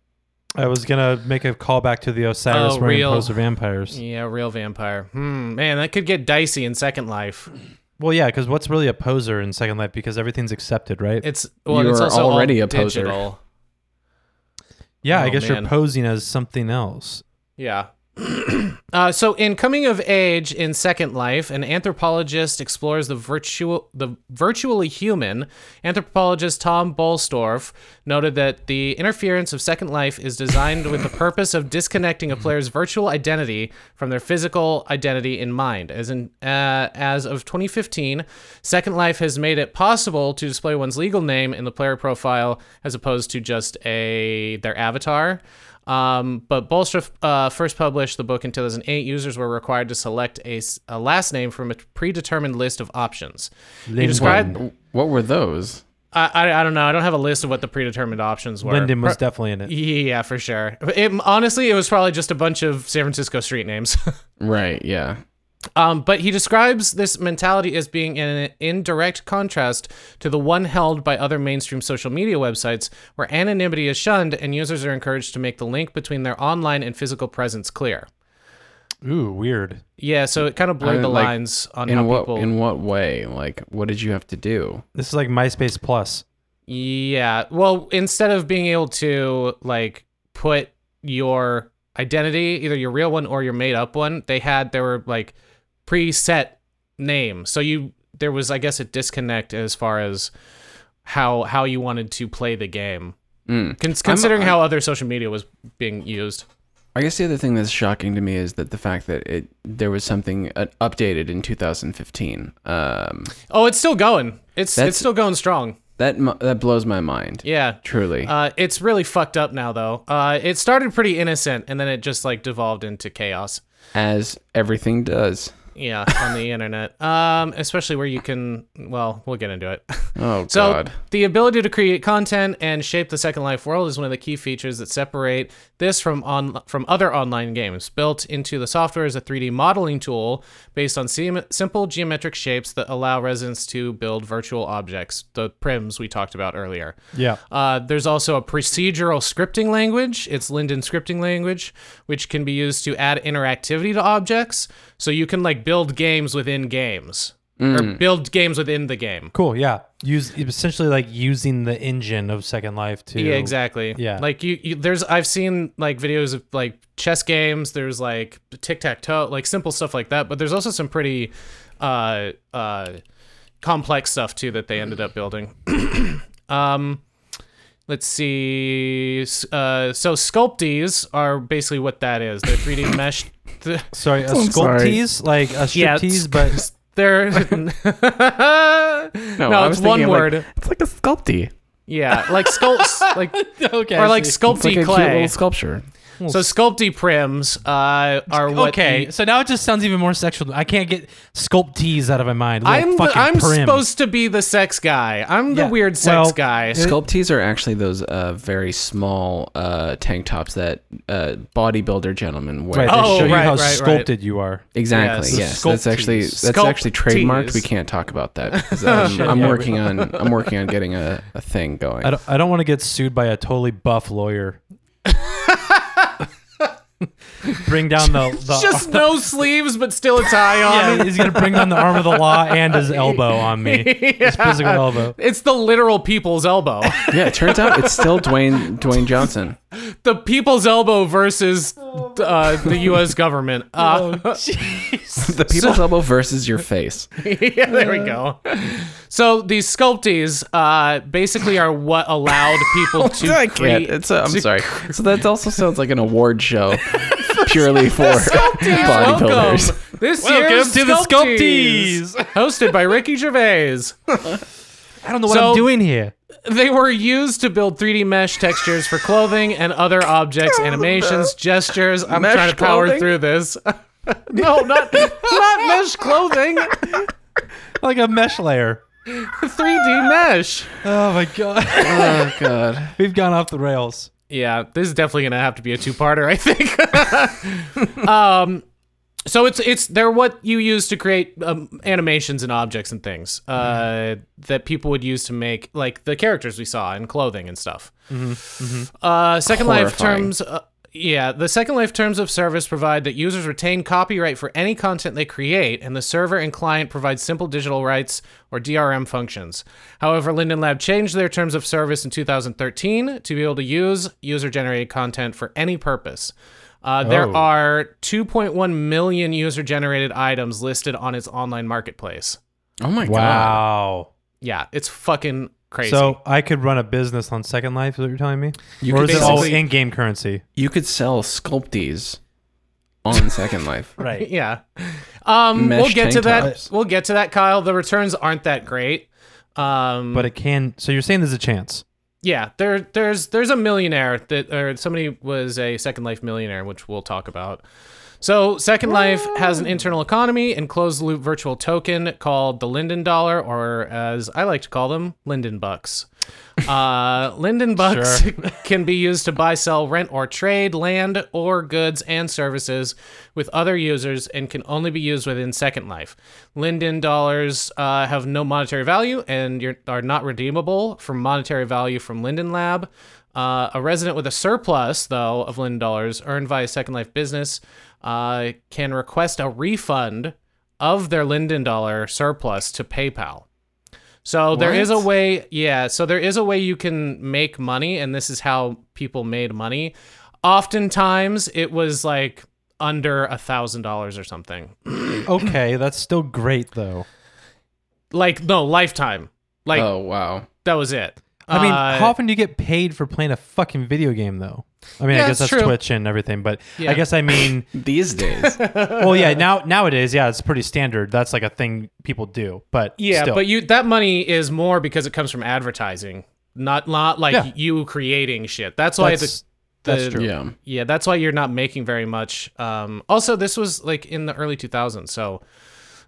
[SPEAKER 5] I was gonna make a callback to the Osiris
[SPEAKER 3] Oh,
[SPEAKER 5] wearing
[SPEAKER 3] real.
[SPEAKER 5] poser vampires.
[SPEAKER 3] Yeah, real vampire. Hmm, man, that could get dicey in Second Life.
[SPEAKER 5] Well, yeah, because what's really a poser in Second Life? Because everything's accepted, right?
[SPEAKER 3] It's well,
[SPEAKER 4] You
[SPEAKER 3] it's
[SPEAKER 4] are
[SPEAKER 3] also all
[SPEAKER 4] already a poser.
[SPEAKER 3] digital.
[SPEAKER 5] yeah, I
[SPEAKER 3] oh,
[SPEAKER 5] guess
[SPEAKER 3] man.
[SPEAKER 5] you're posing as something else.
[SPEAKER 3] Yeah. uh, so in coming of age in Second Life, an anthropologist explores the virtual the virtually human. Anthropologist Tom Bolstorff noted that the interference of Second Life is designed with the purpose of disconnecting a player's virtual identity from their physical identity in mind. As in uh, as of 2015, Second Life has made it possible to display one's legal name in the player profile as opposed to just a their avatar. Um, but Bolstra uh, first published the book in 2008. Users were required to select a, s- a last name from a predetermined list of options. He described.
[SPEAKER 4] What were those?
[SPEAKER 3] I, I I don't know. I don't have a list of what the predetermined options were.
[SPEAKER 5] Lyndon was
[SPEAKER 3] Pro-
[SPEAKER 5] definitely in it.
[SPEAKER 3] yeah, for sure. It, honestly, it was probably just a bunch of San Francisco street names.
[SPEAKER 4] Right, yeah.
[SPEAKER 3] Um, but he describes this mentality as being in, in direct contrast to the one held by other mainstream social media websites, where anonymity is shunned and users are encouraged to make the link between their online and physical presence clear.
[SPEAKER 5] Ooh, weird.
[SPEAKER 3] Yeah, so it kind of blurred
[SPEAKER 4] I-
[SPEAKER 3] the
[SPEAKER 4] like,
[SPEAKER 3] lines on how
[SPEAKER 4] In what
[SPEAKER 3] people.
[SPEAKER 4] in what way? Like, what did you have to do?
[SPEAKER 5] This is like MySpace Plus.
[SPEAKER 3] yeah, well, instead of being able to like put your identity, either your real one or your made up one, they had there were like preset names. So you there was, I guess, a disconnect as far as how how you wanted to play the game,
[SPEAKER 4] Mm.
[SPEAKER 3] Cons- considering how other social media was being used.
[SPEAKER 4] I guess the other thing that's shocking to me is that the fact that it there was something uh, updated in 2015. Um,
[SPEAKER 3] Oh, it's still going. It's it's
[SPEAKER 4] That's-
[SPEAKER 3] still going strong.
[SPEAKER 4] that mu- that blows my mind.
[SPEAKER 3] Yeah,
[SPEAKER 4] Truly.
[SPEAKER 3] Uh, it's really fucked up now, though. Uh, it started pretty innocent, and then it just like devolved into chaos.
[SPEAKER 4] as everything does.
[SPEAKER 3] Yeah, on the internet, um, especially where you can. Well, we'll get into it.
[SPEAKER 4] Oh
[SPEAKER 3] So,
[SPEAKER 4] god.
[SPEAKER 3] the ability to create content and shape the Second Life world is one of the key features that separate this from on from other online games. Built into the software is a 3D modeling tool based on sim- simple geometric shapes that allow residents to build virtual objects, the prims we talked about earlier.
[SPEAKER 5] Yeah.
[SPEAKER 3] Uh, there's also a procedural scripting language. It's Linden scripting language, which can be used to add interactivity to objects. So you can like build games within games or build games within the game.
[SPEAKER 5] Cool. Yeah. Use essentially like using the engine of Second Life to
[SPEAKER 3] Yeah, exactly.
[SPEAKER 5] Yeah.
[SPEAKER 3] Like you, you there's I've seen like videos of like chess games, there's like tic tac toe, like simple stuff like that, but there's also some pretty uh uh complex stuff too that they ended up building. um let's see s- uh so sculptees are basically what that is. They're 3D mesh th-
[SPEAKER 5] Sorry, a
[SPEAKER 4] I'm sorry.
[SPEAKER 5] sculpt tease like a strip
[SPEAKER 3] Yeah,
[SPEAKER 5] tease, but
[SPEAKER 3] they're No,
[SPEAKER 4] I was
[SPEAKER 3] it's
[SPEAKER 4] thinking
[SPEAKER 3] one
[SPEAKER 4] of, like,
[SPEAKER 3] word.
[SPEAKER 4] it's like a sculpty.
[SPEAKER 3] yeah, like sculpts like
[SPEAKER 5] okay,
[SPEAKER 3] or like
[SPEAKER 4] It's like
[SPEAKER 3] sculpty
[SPEAKER 4] a cute
[SPEAKER 3] clay.
[SPEAKER 4] little sculpture.
[SPEAKER 3] So sculpty prims uh, are what.
[SPEAKER 5] okay.
[SPEAKER 3] the-
[SPEAKER 5] so now it just sounds even more sexual. I can't get sculpt tease out of my mind. Little
[SPEAKER 3] I'm the,
[SPEAKER 5] fucking
[SPEAKER 3] I'm
[SPEAKER 5] prim.
[SPEAKER 3] supposed to be the sex guy. I'm the
[SPEAKER 5] Yeah,
[SPEAKER 3] weird sex
[SPEAKER 5] well,
[SPEAKER 3] guy.
[SPEAKER 4] Sculptees are actually those uh, very small uh, tank tops that uh, bodybuilder gentlemen wear.
[SPEAKER 5] right, they
[SPEAKER 3] Oh,
[SPEAKER 5] show you
[SPEAKER 3] right,
[SPEAKER 5] how
[SPEAKER 3] right, right.
[SPEAKER 5] sculpted you are.
[SPEAKER 4] Exactly.
[SPEAKER 3] Yes.
[SPEAKER 4] Yes, that's actually
[SPEAKER 3] Sculptees.
[SPEAKER 4] that's actually trademarked. We
[SPEAKER 3] Sculptees.
[SPEAKER 4] can't talk about that. 'cause, um, I'm working on I'm working on getting a, a thing going.
[SPEAKER 5] I don't, I don't want to get sued by a totally buff lawyer. bring down the, the
[SPEAKER 3] Just no sleeves, but still a tie on.
[SPEAKER 5] yeah, he's gonna bring down the arm of the law and his elbow on me, his physical elbow.
[SPEAKER 3] It's the literal people's elbow.
[SPEAKER 4] Yeah, it turns out it's still Dwayne Dwayne Johnson.
[SPEAKER 3] the people's elbow versus uh, the U.S. government. Uh,
[SPEAKER 4] The people's elbow versus your face.
[SPEAKER 3] yeah, there we go. So these sculptees uh, basically are what allowed people to
[SPEAKER 4] I can't.
[SPEAKER 3] create.
[SPEAKER 4] It's uh, I'm sorry. So that also sounds like an award show, purely for
[SPEAKER 3] Sculptees,
[SPEAKER 4] bodybuilders.
[SPEAKER 3] welcome. This
[SPEAKER 5] Welcome
[SPEAKER 3] year's
[SPEAKER 5] to the
[SPEAKER 3] Sculptees,
[SPEAKER 5] Sculptees.
[SPEAKER 3] hosted by Ricky Gervais.
[SPEAKER 5] I don't know what
[SPEAKER 3] So-
[SPEAKER 5] I'm doing here.
[SPEAKER 3] They were used to build 3D mesh textures for clothing and other objects, animations, gestures. I'm
[SPEAKER 4] Mesh
[SPEAKER 3] trying to power
[SPEAKER 4] clothing?
[SPEAKER 3] through this. no, not not mesh clothing.
[SPEAKER 5] Like a mesh layer.
[SPEAKER 3] 3D mesh.
[SPEAKER 5] Oh my god,
[SPEAKER 4] Oh god.
[SPEAKER 5] we've gone off the rails.
[SPEAKER 3] Yeah, this is definitely gonna have to be a two-parter, I think. um, so it's it's they're what you use to create um, animations and objects and things uh, that people would use to make like the characters we saw and clothing and stuff. Uh, Second Life
[SPEAKER 4] Horrifying.
[SPEAKER 3] terms. Uh, yeah, the Second Life terms of service provide that users retain copyright for any content they create, and the server and client provide simple digital rights or DRM functions. However, Linden Lab changed their terms of service in 2013 to be able to use user generated content for any purpose. Uh, There
[SPEAKER 5] Oh.
[SPEAKER 3] are 2.1 million user generated items listed on its online marketplace.
[SPEAKER 4] Oh my god.
[SPEAKER 5] Wow.
[SPEAKER 3] Yeah, it's fucking crazy.
[SPEAKER 5] So I could run a business on Second Life. Is what you're telling me?
[SPEAKER 4] You
[SPEAKER 5] or
[SPEAKER 4] could
[SPEAKER 5] is it all
[SPEAKER 3] basically-
[SPEAKER 5] in-game currency?
[SPEAKER 4] You could sell sculptees on Second Life.
[SPEAKER 5] Right.
[SPEAKER 3] yeah. Um,
[SPEAKER 4] Mesh
[SPEAKER 3] we'll get
[SPEAKER 4] tank
[SPEAKER 3] to that.
[SPEAKER 4] tops.
[SPEAKER 3] We'll get to that, Kyle. The returns aren't that great. Um,
[SPEAKER 5] But it can. So you're saying there's a chance.
[SPEAKER 3] yeah, there, there's, there's a millionaire that, or somebody was a Second Life millionaire, which we'll talk about. So Second Life has an internal economy and closed loop virtual token called the Linden Dollar, or as I like to call them, Linden Bucks. Uh, Linden Bucks can be used to buy, sell, rent, or trade land or goods and services with other users and can only be used within Second Life. Linden dollars uh, have no monetary value and you're, are not redeemable for monetary value from Linden Lab. Uh, a resident with a surplus, though, of Linden dollars earned via Second Life business uh, can request a refund of their Linden dollar surplus to PayPal. So there is a way, yeah. So there is a way you can make money, and this is how people made money. Oftentimes, it was like under a thousand dollars or something.
[SPEAKER 5] Okay, that's still great though.
[SPEAKER 3] Like no lifetime. Like
[SPEAKER 4] Oh wow.
[SPEAKER 3] that was it.
[SPEAKER 5] I mean,
[SPEAKER 3] Uh,
[SPEAKER 5] how often do you get paid for playing a fucking video game though? I mean,
[SPEAKER 3] Yeah,
[SPEAKER 5] I guess
[SPEAKER 3] that's
[SPEAKER 5] that's
[SPEAKER 3] true.
[SPEAKER 5] Twitch and everything, but
[SPEAKER 3] Yeah.
[SPEAKER 5] I guess I mean,
[SPEAKER 4] These days.
[SPEAKER 5] well, yeah. Now nowadays, yeah, it's pretty standard. That's like a thing people do. But
[SPEAKER 3] yeah,
[SPEAKER 5] still.
[SPEAKER 3] but you that money is more because it comes from advertising, not not like
[SPEAKER 5] Yeah.
[SPEAKER 3] you creating shit. That's why
[SPEAKER 5] that's,
[SPEAKER 3] the, the
[SPEAKER 5] that's true.
[SPEAKER 4] yeah.
[SPEAKER 3] yeah that's why you're not making very much um also this was like in the early 2000s so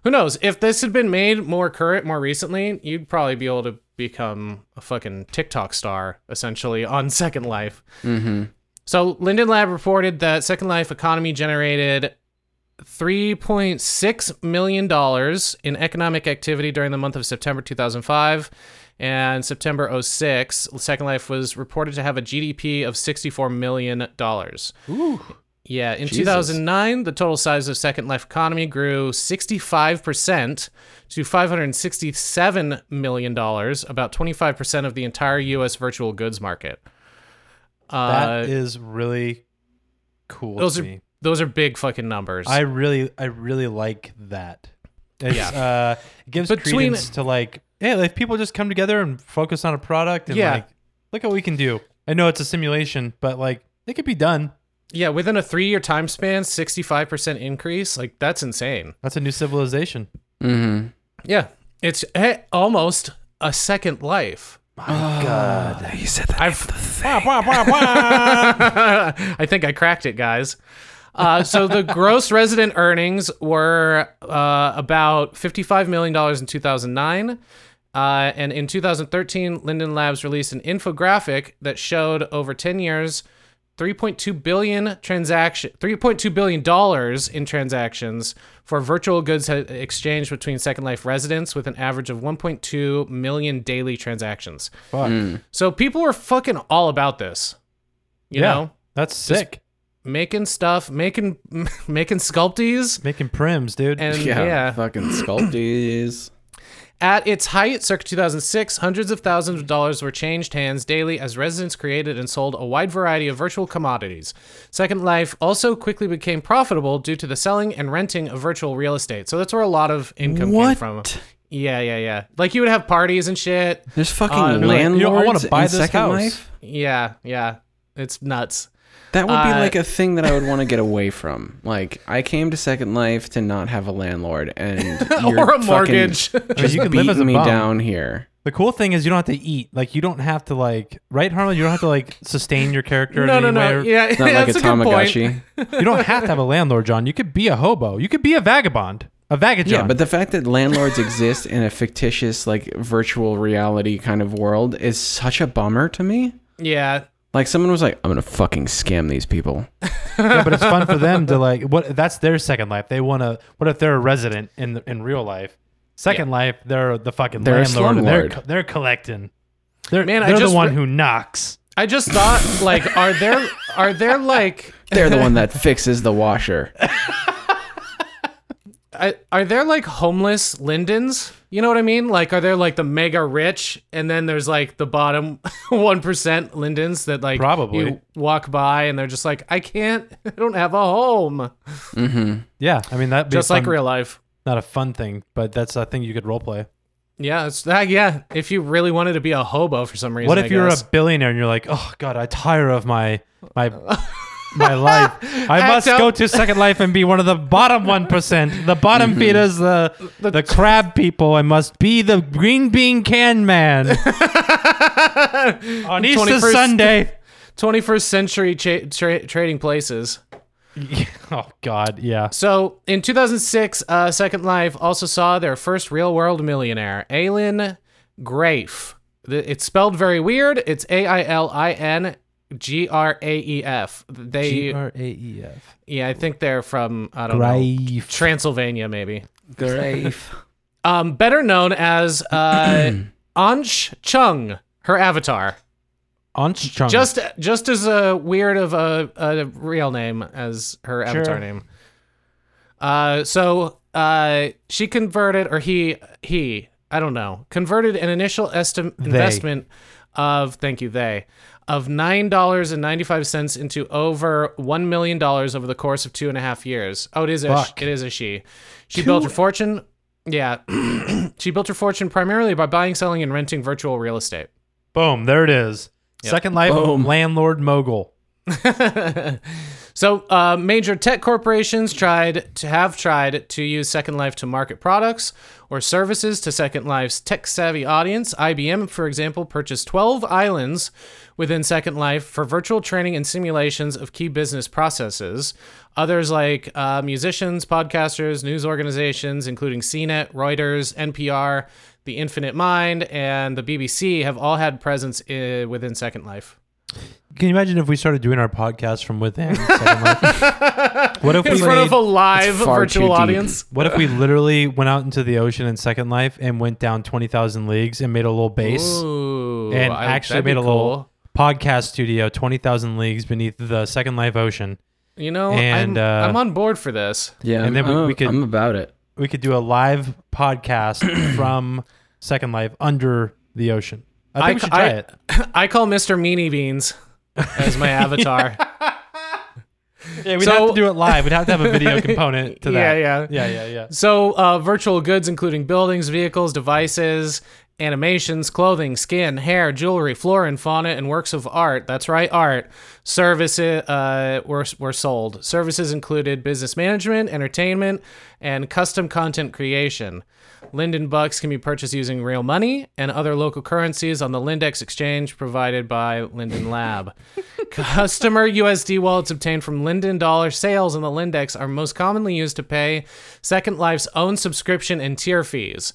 [SPEAKER 3] who knows if this had been made more current more recently you'd probably be able to become a fucking tiktok star essentially on second life
[SPEAKER 4] Mm-hmm.
[SPEAKER 3] so linden lab reported that second life economy generated 3.6 million dollars in economic activity during the month of September 2005 and September 06 Second Life was reported to have a GDP of 64 million dollars. Yeah, in
[SPEAKER 4] Jesus.
[SPEAKER 3] 2009, the total size of Second Life economy grew 65% to $567 million, about 25% of the entire U.S. virtual goods market. Uh,
[SPEAKER 5] that is really cool.
[SPEAKER 3] those
[SPEAKER 5] to
[SPEAKER 3] are
[SPEAKER 5] me.
[SPEAKER 3] those are big fucking numbers.
[SPEAKER 5] I really, I really like that. It's, uh, it gives
[SPEAKER 3] Between-
[SPEAKER 5] credence to like, hey, like, if people just come together and focus on a product and
[SPEAKER 3] Yeah.
[SPEAKER 5] like, look what we can do. I know it's a simulation, but like, it could be done.
[SPEAKER 3] yeah, within a three-year time span, 65% increase. Like that's insane.
[SPEAKER 5] That's a new civilization.
[SPEAKER 4] Mm-hmm.
[SPEAKER 3] Yeah, it's eh, almost a Second Life.
[SPEAKER 4] You said that.
[SPEAKER 3] I've I think I cracked it, guys. Uh, so the gross resident earnings were uh, about $55 million in 2009. Uh, and in 2013, Linden Labs released an infographic that showed over 10 years 3.2 billion transaction 3.2 billion dollars in transactions for virtual goods ha- exchanged between Second Life residents with an average of 1.2 million daily transactions.
[SPEAKER 5] Fuck.
[SPEAKER 3] So people were fucking all about this. You
[SPEAKER 5] yeah,
[SPEAKER 3] know,
[SPEAKER 5] that's sick.
[SPEAKER 3] making stuff, making making sculptees
[SPEAKER 5] Making prims, dude.
[SPEAKER 3] and
[SPEAKER 4] yeah,
[SPEAKER 3] yeah.
[SPEAKER 4] Fucking sculpties.
[SPEAKER 3] At its height, circa 2006, hundreds of thousands of dollars were changed hands daily as residents created and sold a wide variety of virtual commodities. Second Life also quickly became profitable due to the selling and renting of virtual real estate. So that's where a lot of income came
[SPEAKER 4] What?
[SPEAKER 3] from. Yeah, yeah, yeah. Like you would have parties and shit.
[SPEAKER 4] There's fucking
[SPEAKER 3] Uh, no,
[SPEAKER 5] you know,
[SPEAKER 4] landlords
[SPEAKER 5] I wanna buy
[SPEAKER 4] in
[SPEAKER 5] this
[SPEAKER 4] Second
[SPEAKER 5] house.
[SPEAKER 4] Life.
[SPEAKER 3] Yeah, yeah. It's nuts.
[SPEAKER 4] That would be
[SPEAKER 3] Uh,
[SPEAKER 4] like a thing that I would want to get away from. Like I came to Second Life to not have a landlord and you're
[SPEAKER 3] or a
[SPEAKER 4] fucking
[SPEAKER 3] mortgage.
[SPEAKER 5] Because you can live as a
[SPEAKER 4] beating me
[SPEAKER 5] bum.
[SPEAKER 4] down here.
[SPEAKER 5] The cool thing is you don't have to eat. Like you don't have to like right, Harlan. You don't have to like sustain your character.
[SPEAKER 3] no,
[SPEAKER 5] in
[SPEAKER 3] no,
[SPEAKER 5] any
[SPEAKER 3] no.
[SPEAKER 5] Way.
[SPEAKER 3] Yeah,
[SPEAKER 4] It's not like
[SPEAKER 3] that's
[SPEAKER 4] a
[SPEAKER 3] a good point.
[SPEAKER 4] Tamagotchi.
[SPEAKER 5] You don't have to have a landlord, John. You could be a hobo. You could be a vagabond. A vagabond.
[SPEAKER 4] Yeah, but the fact that landlords exist in a fictitious, like virtual reality kind of world is such a bummer to me.
[SPEAKER 3] Yeah,
[SPEAKER 4] Like someone was like, "I'm gonna fucking scam these people."
[SPEAKER 5] yeah, but it's fun for them to like. What? That's their second life. They want to. What if they're a resident in the, in real life? Second life, they're the fucking
[SPEAKER 4] They're a
[SPEAKER 5] landlord. and they're
[SPEAKER 4] slumlord.
[SPEAKER 5] co- they're collecting. They're,
[SPEAKER 3] Man, I
[SPEAKER 5] they're
[SPEAKER 3] just
[SPEAKER 5] the one
[SPEAKER 3] re-
[SPEAKER 5] who knocks.
[SPEAKER 3] I just thought, like, are there are there like
[SPEAKER 4] They're the one that fixes the washer.
[SPEAKER 3] I, are there like homeless Lindens? You know what I mean? Like, are there like the mega rich, and then there's like the bottom one percent Lindens that like
[SPEAKER 5] Probably.
[SPEAKER 3] you walk by and they're just like, I can't, I don't have a home,
[SPEAKER 5] Yeah, I mean that
[SPEAKER 3] just like real life.
[SPEAKER 5] Not a fun thing, but that's a thing you could role play.
[SPEAKER 3] Yeah, it's that. yeah, if you really wanted to be a hobo for some reason,
[SPEAKER 5] What if
[SPEAKER 3] I
[SPEAKER 5] you're
[SPEAKER 3] guess.
[SPEAKER 5] a billionaire and you're like, oh god, I tire of my my my life. I must
[SPEAKER 3] out.
[SPEAKER 5] go to Second Life and be one of the bottom one percent, the bottom feeders, the, the crab people. I must be the green bean can man on Easter
[SPEAKER 3] 21st
[SPEAKER 5] Sunday.
[SPEAKER 3] 21st century cha- tra- trading places?
[SPEAKER 5] oh god, yeah.
[SPEAKER 3] So in 2006, uh, Second Life also saw their first real world millionaire, Aylin Grafe. The- It's spelled very weird. It's A I L I N G R A E F. They,
[SPEAKER 5] R A E F.
[SPEAKER 3] yeah, I think they're from I don't know
[SPEAKER 5] Grief.
[SPEAKER 3] Transylvania, maybe.
[SPEAKER 4] Grave.
[SPEAKER 3] Um, better known as uh, Ansh Chung, her avatar. Just just as uh, weird of a, a real name as her avatar name. Uh, so uh, she converted, or he he I don't know, converted an initial estim- investment of thank you they of nine dollars and ninety five cents into over one million dollars over the course of two and a half years. Oh, it is a
[SPEAKER 5] Fuck.
[SPEAKER 3] it is a she. She built her fortune. Yeah, she built her fortune primarily by buying, selling, and renting virtual real estate.
[SPEAKER 5] boom. There it is. Second Life
[SPEAKER 4] Boom.
[SPEAKER 5] landlord mogul.
[SPEAKER 3] so uh, major tech corporations tried to have tried to use second life to market products or services to second life's tech savvy audience ibm for example purchased 12 islands within second life for virtual training and simulations of key business processes others like uh, musicians podcasters news organizations including cnet reuters npr the infinite mind and the bbc have all had presence uh, within second life
[SPEAKER 5] Can you imagine if we started doing our podcast from within? Second Life? what if
[SPEAKER 3] in
[SPEAKER 5] we
[SPEAKER 3] front of
[SPEAKER 5] made,
[SPEAKER 3] a live
[SPEAKER 4] It's far too
[SPEAKER 3] virtual
[SPEAKER 4] deep.
[SPEAKER 3] audience.
[SPEAKER 5] what if we literally went out into the ocean in Second Life and went down twenty thousand leagues and made a little base
[SPEAKER 3] Ooh,
[SPEAKER 5] and
[SPEAKER 3] I-
[SPEAKER 5] actually
[SPEAKER 3] that'd be
[SPEAKER 5] made a little podcast studio twenty thousand leagues beneath the Second Life ocean
[SPEAKER 3] You know,
[SPEAKER 5] And,
[SPEAKER 3] I'm,
[SPEAKER 5] uh,
[SPEAKER 3] I'm on board for this.
[SPEAKER 4] Yeah,
[SPEAKER 5] And then we-
[SPEAKER 4] I'm,
[SPEAKER 5] we could-
[SPEAKER 4] I'm about it.
[SPEAKER 5] We could do a live podcast from Second Life under the ocean. I think we should try it.
[SPEAKER 3] I call Mr. Meanie Beans as my avatar.
[SPEAKER 5] Yeah, we'd
[SPEAKER 3] So-
[SPEAKER 5] have to do it live. We'd have to have a video component to that.
[SPEAKER 3] Yeah, yeah.
[SPEAKER 5] yeah, yeah, yeah.
[SPEAKER 3] So, uh, virtual goods including buildings, vehicles, devices, animations, clothing, skin, hair, jewelry, flora and fauna, and works of art. That's right, art. Services uh, were, were sold. Services included business management, entertainment, and custom content creation. Linden Bucks can be purchased using real money and other local currencies on the Lindex exchange provided by Linden Lab. Customer USD wallets obtained from Linden Dollar sales on the Lindex are most commonly used to pay Second Life's own subscription and tier fees.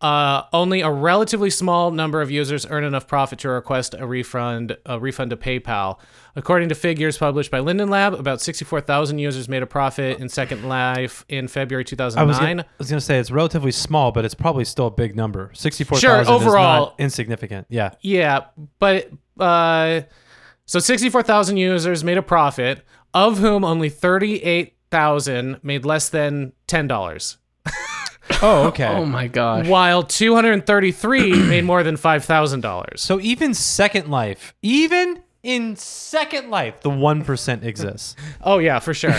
[SPEAKER 3] Uh, only a relatively small number of users earn enough profit to request a refund a refund to PayPal. According to figures published by Linden Lab, about 64,000 users made a profit in Second Life in February
[SPEAKER 5] I
[SPEAKER 3] 2009.
[SPEAKER 5] was gonna, I was gonna say it's relatively small, but it's probably still a big number. Sixty-four
[SPEAKER 3] Sure,
[SPEAKER 5] thousand is
[SPEAKER 3] overall-
[SPEAKER 5] not insignificant. Yeah,
[SPEAKER 3] Yeah, but uh, so sixty-four thousand users made a profit, of whom only thirty-eight thousand made less than ten dollars,
[SPEAKER 5] Oh, okay.
[SPEAKER 4] Oh my gosh.
[SPEAKER 3] while two hundred thirty-three made more than five thousand dollars.
[SPEAKER 5] So even Second Life, even in Second Life, the one percent exists.
[SPEAKER 3] Oh yeah, for sure.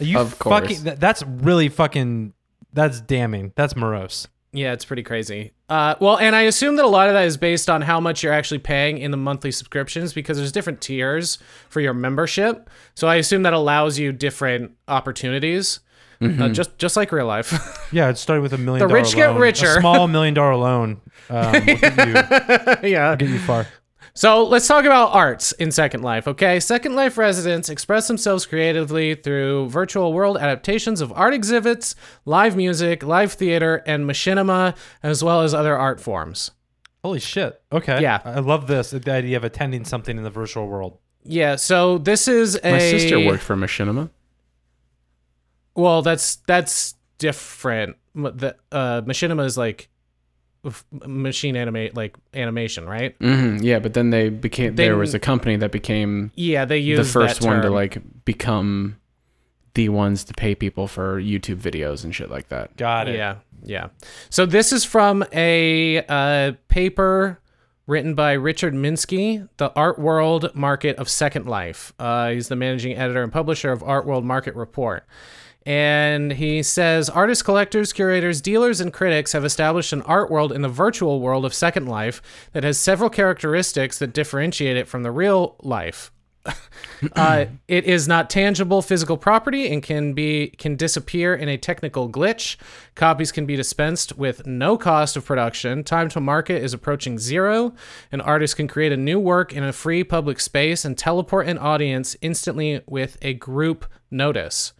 [SPEAKER 5] You
[SPEAKER 4] Of course.
[SPEAKER 5] fucking- tha- that's really fucking. That's damning. That's morose.
[SPEAKER 3] yeah, it's pretty crazy. Uh, well, and I assume that a lot of that is based on how much you're actually paying in the monthly subscriptions because there's different tiers for your membership. So I assume that allows you different opportunities, uh, just just like real life.
[SPEAKER 5] Yeah, it started with a million.
[SPEAKER 3] The
[SPEAKER 5] dollar
[SPEAKER 3] rich get
[SPEAKER 5] loan.
[SPEAKER 3] richer.
[SPEAKER 5] A small million dollar loan um, will get, you, will
[SPEAKER 3] yeah.
[SPEAKER 5] get you far.
[SPEAKER 3] So let's talk about arts in Second Life, okay? Second Life residents express themselves creatively through virtual world adaptations of art exhibits, live music, live theater, and machinima, as well as other art forms.
[SPEAKER 5] Holy shit. Okay.
[SPEAKER 3] Yeah.
[SPEAKER 5] I love this. The idea of attending something in the virtual world.
[SPEAKER 3] Yeah, so this is a.
[SPEAKER 4] My sister worked for Machinima.
[SPEAKER 3] Well, that's that's different. M- The uh, machinima is like f- machine animate, like animation, right?
[SPEAKER 4] hmm Yeah, but then they became. there
[SPEAKER 3] Then-
[SPEAKER 4] was a company that became
[SPEAKER 3] Yeah, they use
[SPEAKER 4] the first
[SPEAKER 3] that
[SPEAKER 4] one to
[SPEAKER 3] term.
[SPEAKER 4] like become the ones to pay people for YouTube videos and shit like that.
[SPEAKER 5] Got it.
[SPEAKER 3] Yeah, yeah. So this is from a uh, paper written by Richard Minsky, the Art World Market of Second Life. Uh, he's the managing editor and publisher of Art World Market Report. And he says artists, collectors, curators, dealers, and critics have established an art world in the virtual world of Second Life that has several characteristics that differentiate it from the real life. Uh, it is not tangible physical property and can be can disappear in a technical glitch. Copies can be dispensed with no cost of production. Time to market is approaching zero. An artist can create a new work in a free public space and teleport an audience instantly with a group notice.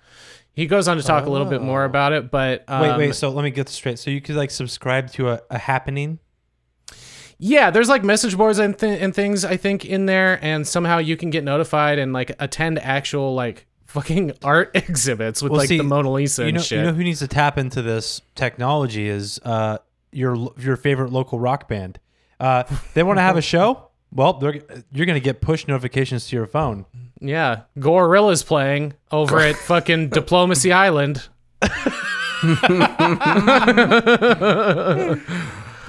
[SPEAKER 3] He goes on to talk a little bit more about it, but um,
[SPEAKER 5] Oh. Wait, wait. So let me get this straight. So you could like subscribe to a, a happening.
[SPEAKER 3] Yeah, there's like message boards and, th- and things I think in there, and somehow you can get notified and like attend actual like fucking art exhibits with
[SPEAKER 5] Well,
[SPEAKER 3] like
[SPEAKER 5] see,
[SPEAKER 3] the Mona Lisa
[SPEAKER 5] you
[SPEAKER 3] and
[SPEAKER 5] know,
[SPEAKER 3] shit.
[SPEAKER 5] you know who needs to tap into this technology is uh, your lo- your favorite local rock band. Uh, they want to have a show. Well, they're, g- you're going to get push notifications to your phone.
[SPEAKER 3] yeah, Gorilla's playing over at fucking Diplomacy Island.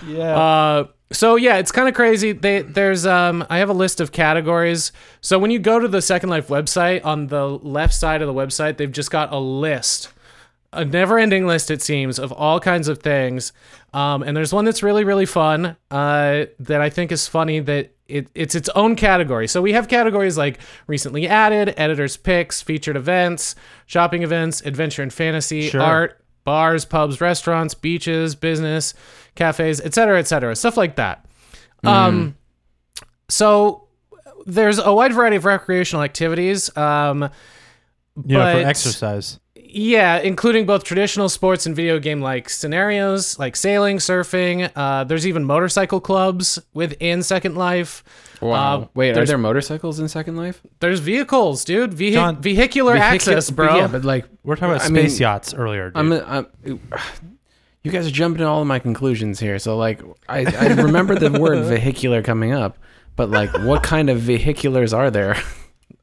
[SPEAKER 5] Yeah.
[SPEAKER 3] Uh, so yeah, it's kind of crazy. They there's um I have a list of categories. So when you go to the Second Life website, on the left side of the website, they've just got a list, a never-ending list it seems of all kinds of things. Um, and there's one that's really really fun. Uh, that I think is funny that. It, it's its own category. So we have categories like recently added, editors' picks, featured events, shopping events, adventure and fantasy,
[SPEAKER 5] Sure.
[SPEAKER 3] art, bars, pubs, restaurants, beaches, business, cafes, etc., cetera, etc., cetera, stuff like that. Um, so there's a wide variety of recreational activities. Um,
[SPEAKER 5] you know,
[SPEAKER 3] but-
[SPEAKER 5] for exercise.
[SPEAKER 3] yeah, including both traditional sports and video game like scenarios, like sailing, surfing. Uh, there's even motorcycle clubs within Second Life.
[SPEAKER 4] Wow.
[SPEAKER 3] Uh,
[SPEAKER 4] Wait, are
[SPEAKER 3] there's-
[SPEAKER 4] there motorcycles in Second Life?
[SPEAKER 3] There's vehicles, dude. Vehi-
[SPEAKER 5] John,
[SPEAKER 3] vehicular
[SPEAKER 4] Vehicu-
[SPEAKER 3] access, bro.
[SPEAKER 4] Yeah, but like
[SPEAKER 5] We're talking about
[SPEAKER 4] I
[SPEAKER 5] space
[SPEAKER 4] mean,
[SPEAKER 5] yachts earlier. Dude.
[SPEAKER 4] I'm, I'm, you guys are jumping to all of my conclusions here. So like, I, I remember the word vehicular coming up, but like, what kind of vehiculars are there?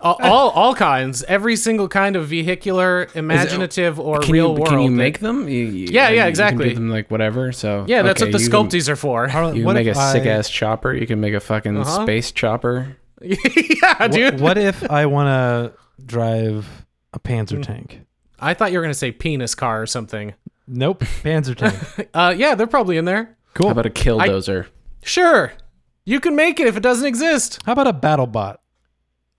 [SPEAKER 3] all, all all kinds, every single kind of vehicular, imaginative, or
[SPEAKER 4] Can
[SPEAKER 3] real
[SPEAKER 4] you,
[SPEAKER 3] world.
[SPEAKER 4] Can you
[SPEAKER 5] eh?
[SPEAKER 3] that-
[SPEAKER 4] make them? You- you-
[SPEAKER 3] Yeah, yeah,
[SPEAKER 4] you can do
[SPEAKER 3] exactly.
[SPEAKER 4] them like whatever. So
[SPEAKER 3] Yeah, that's
[SPEAKER 4] okay,
[SPEAKER 3] what the
[SPEAKER 4] you can-
[SPEAKER 3] sculpties are for.
[SPEAKER 5] Harlan,
[SPEAKER 4] You can
[SPEAKER 5] what
[SPEAKER 4] make a
[SPEAKER 5] if I-
[SPEAKER 4] sick ass chopper. You can make a fucking
[SPEAKER 3] Uh-huh.
[SPEAKER 4] space chopper.
[SPEAKER 3] yeah,
[SPEAKER 5] Wha-
[SPEAKER 3] dude.
[SPEAKER 5] What if I want to drive a Panzer tank?
[SPEAKER 3] I thought you were gonna say penis car or something.
[SPEAKER 5] Nope, Panzer tank.
[SPEAKER 3] Uh, yeah, they're probably in there.
[SPEAKER 4] How about a killdozer?
[SPEAKER 3] Sure, you can make it if it doesn't exist.
[SPEAKER 5] How about a battle bot?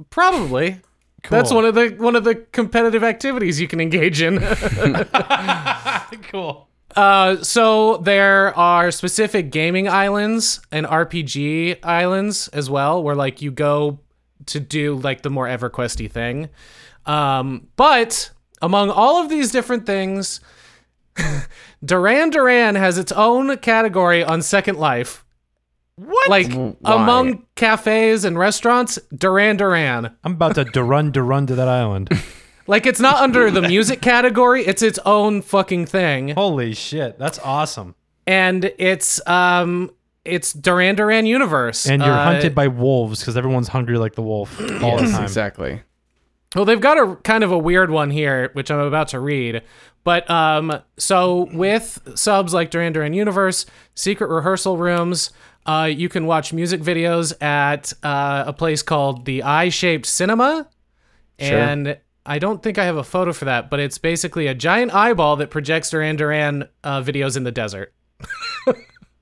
[SPEAKER 3] Probably. That's
[SPEAKER 5] Cool.
[SPEAKER 3] one of the one of the competitive activities you can engage in.
[SPEAKER 5] Cool.
[SPEAKER 3] Uh, so there are specific gaming islands and RPG islands as well, where like you go to do like the more EverQuesty thing. Um, but among all of these different things, Duran Duran has its own category on Second Life. What? Like
[SPEAKER 4] Why?
[SPEAKER 3] among cafes and restaurants, Duran Duran.
[SPEAKER 5] I'm about to run to run to that island.
[SPEAKER 3] Like it's not under the music category; it's its own fucking thing.
[SPEAKER 5] Holy shit, that's awesome.
[SPEAKER 3] and it's um it's Duran Duran universe.
[SPEAKER 5] And you're
[SPEAKER 3] Uh,
[SPEAKER 5] hunted by wolves because everyone's hungry like the wolf all the time.
[SPEAKER 4] Exactly.
[SPEAKER 3] Well, they've got a kind of a weird one here, which I'm about to read. But um, so with subs like Duran Duran Universe, secret rehearsal rooms, uh, you can watch music videos at uh, a place called the Eye Shaped Cinema, and I don't think I have a photo for that, but it's basically a giant eyeball that projects Duran Duran uh, videos in the desert.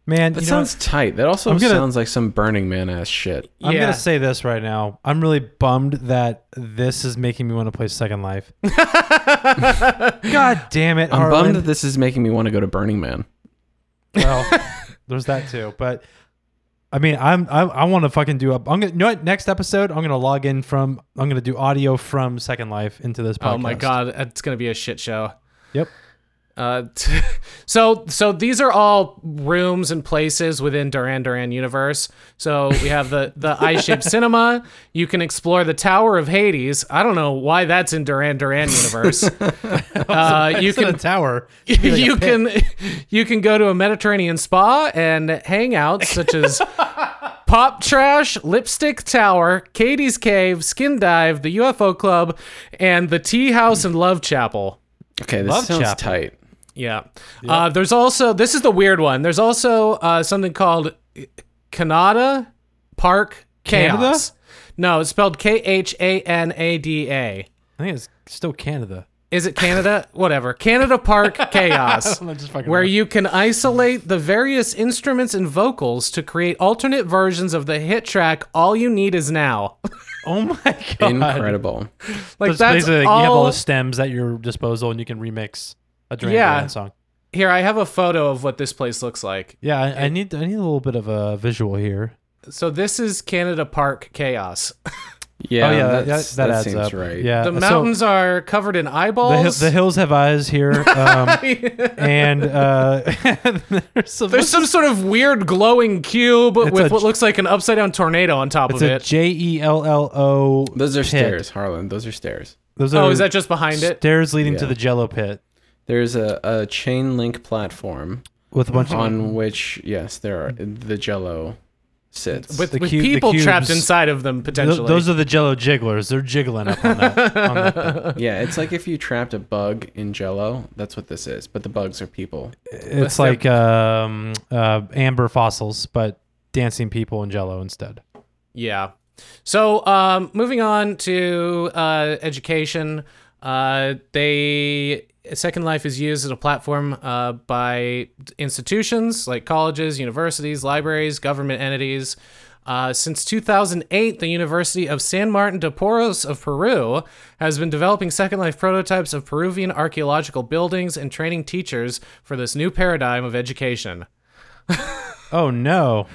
[SPEAKER 5] Man,
[SPEAKER 4] That
[SPEAKER 5] you know what?
[SPEAKER 4] sounds tight. That also
[SPEAKER 5] I'm gonna-
[SPEAKER 4] sounds like some Burning Man ass shit.
[SPEAKER 5] I'm
[SPEAKER 3] Yeah.
[SPEAKER 5] gonna say this right now. I'm really bummed that this is making me want to play Second Life. God damn it,
[SPEAKER 4] I'm
[SPEAKER 5] Harlan.
[SPEAKER 4] bummed that this is making me want to go to Burning Man.
[SPEAKER 5] well, there's that too. But I mean, I'm I, I want to fucking do up. I'm gonna you know what? Next episode, I'm gonna log in from. I'm gonna do audio from Second Life into this podcast.
[SPEAKER 3] Oh my god, it's gonna be a shit show.
[SPEAKER 5] Yep.
[SPEAKER 3] Uh, t- so so these are all rooms and places within Duran Duran universe. So we have the the I shaped cinema. You can explore the Tower of Hades. I don't know why that's in Duran Duran universe. uh, you
[SPEAKER 5] It's in a
[SPEAKER 3] can
[SPEAKER 5] tower.
[SPEAKER 3] you can you can go to a Mediterranean spa and hangouts such as Pop Trash, Lipstick Tower, Katie's Cave, Skin Dive, the UFO Club, and the Tea House and Love Chapel.
[SPEAKER 4] Okay, this
[SPEAKER 5] Love
[SPEAKER 4] sounds
[SPEAKER 5] Chapel.
[SPEAKER 4] tight.
[SPEAKER 3] Yeah. Uh, there's also this is the weird one. There's also uh, something called Kanada Park Chaos.
[SPEAKER 5] Canada?
[SPEAKER 3] No, it's spelled K H A N A D A.
[SPEAKER 5] I think it's still Canada.
[SPEAKER 3] Is it Canada? Whatever. Canada Park Chaos,
[SPEAKER 5] just fucking
[SPEAKER 3] where you can isolate the various instruments and vocals to create alternate versions of the hit track "All You Need Is Now."
[SPEAKER 5] Oh my god! Oh,
[SPEAKER 4] Incredible.
[SPEAKER 3] Like
[SPEAKER 5] It's
[SPEAKER 3] that's
[SPEAKER 5] basically,
[SPEAKER 3] all.
[SPEAKER 5] you have all the stems at your disposal, and you can remix a Duran
[SPEAKER 3] Yeah.
[SPEAKER 5] Duran song.
[SPEAKER 3] Here, I have a photo of what this place looks like.
[SPEAKER 5] Yeah, I, I need I need a little bit of a visual here.
[SPEAKER 3] So this is Canada Park Chaos.
[SPEAKER 4] Yeah,
[SPEAKER 5] oh yeah, that,
[SPEAKER 4] that's,
[SPEAKER 5] that, adds
[SPEAKER 4] seems
[SPEAKER 5] up.
[SPEAKER 4] right.
[SPEAKER 5] Yeah,
[SPEAKER 3] The
[SPEAKER 5] so
[SPEAKER 3] mountains are covered in
[SPEAKER 5] The,
[SPEAKER 3] eyeballs.
[SPEAKER 5] hi- the hills have eyes here, um, and uh, there's some.
[SPEAKER 3] There's some sort of weird glowing cube with
[SPEAKER 5] a-
[SPEAKER 3] what looks like an upside down tornado on top
[SPEAKER 5] it's
[SPEAKER 3] of
[SPEAKER 5] a
[SPEAKER 3] it.
[SPEAKER 5] J E L L O.
[SPEAKER 4] Those are
[SPEAKER 5] pit.
[SPEAKER 4] stairs, Harlan. Those are stairs.
[SPEAKER 5] Those are
[SPEAKER 3] oh, is that just behind it?
[SPEAKER 5] stairs leading to
[SPEAKER 4] Yeah.
[SPEAKER 5] the Jello pit
[SPEAKER 4] There's a, a chain link platform
[SPEAKER 5] with a bunch of
[SPEAKER 4] on which, yes, there are the Jello sits.
[SPEAKER 3] With,
[SPEAKER 5] the
[SPEAKER 3] with
[SPEAKER 5] cube- the
[SPEAKER 3] people trapped
[SPEAKER 5] cubes.
[SPEAKER 3] inside of them
[SPEAKER 5] Th-
[SPEAKER 3] potentially.
[SPEAKER 5] those are the Jello jigglers. They're jiggling up on that. on that thing.
[SPEAKER 4] yeah, it's like if you trapped a bug in Jello. That's what this is. But the bugs are people.
[SPEAKER 5] It's like um, uh, amber fossils, but dancing people in Jello instead.
[SPEAKER 3] yeah. So um, moving on to uh, education, uh, they Second Life is used as a platform uh, by institutions like colleges, universities, libraries, government entities. Uh, since 2008, the University of San Martin de Porres of Peru has been developing Second Life prototypes of Peruvian archaeological buildings and training teachers for this new paradigm of education.
[SPEAKER 5] Oh no!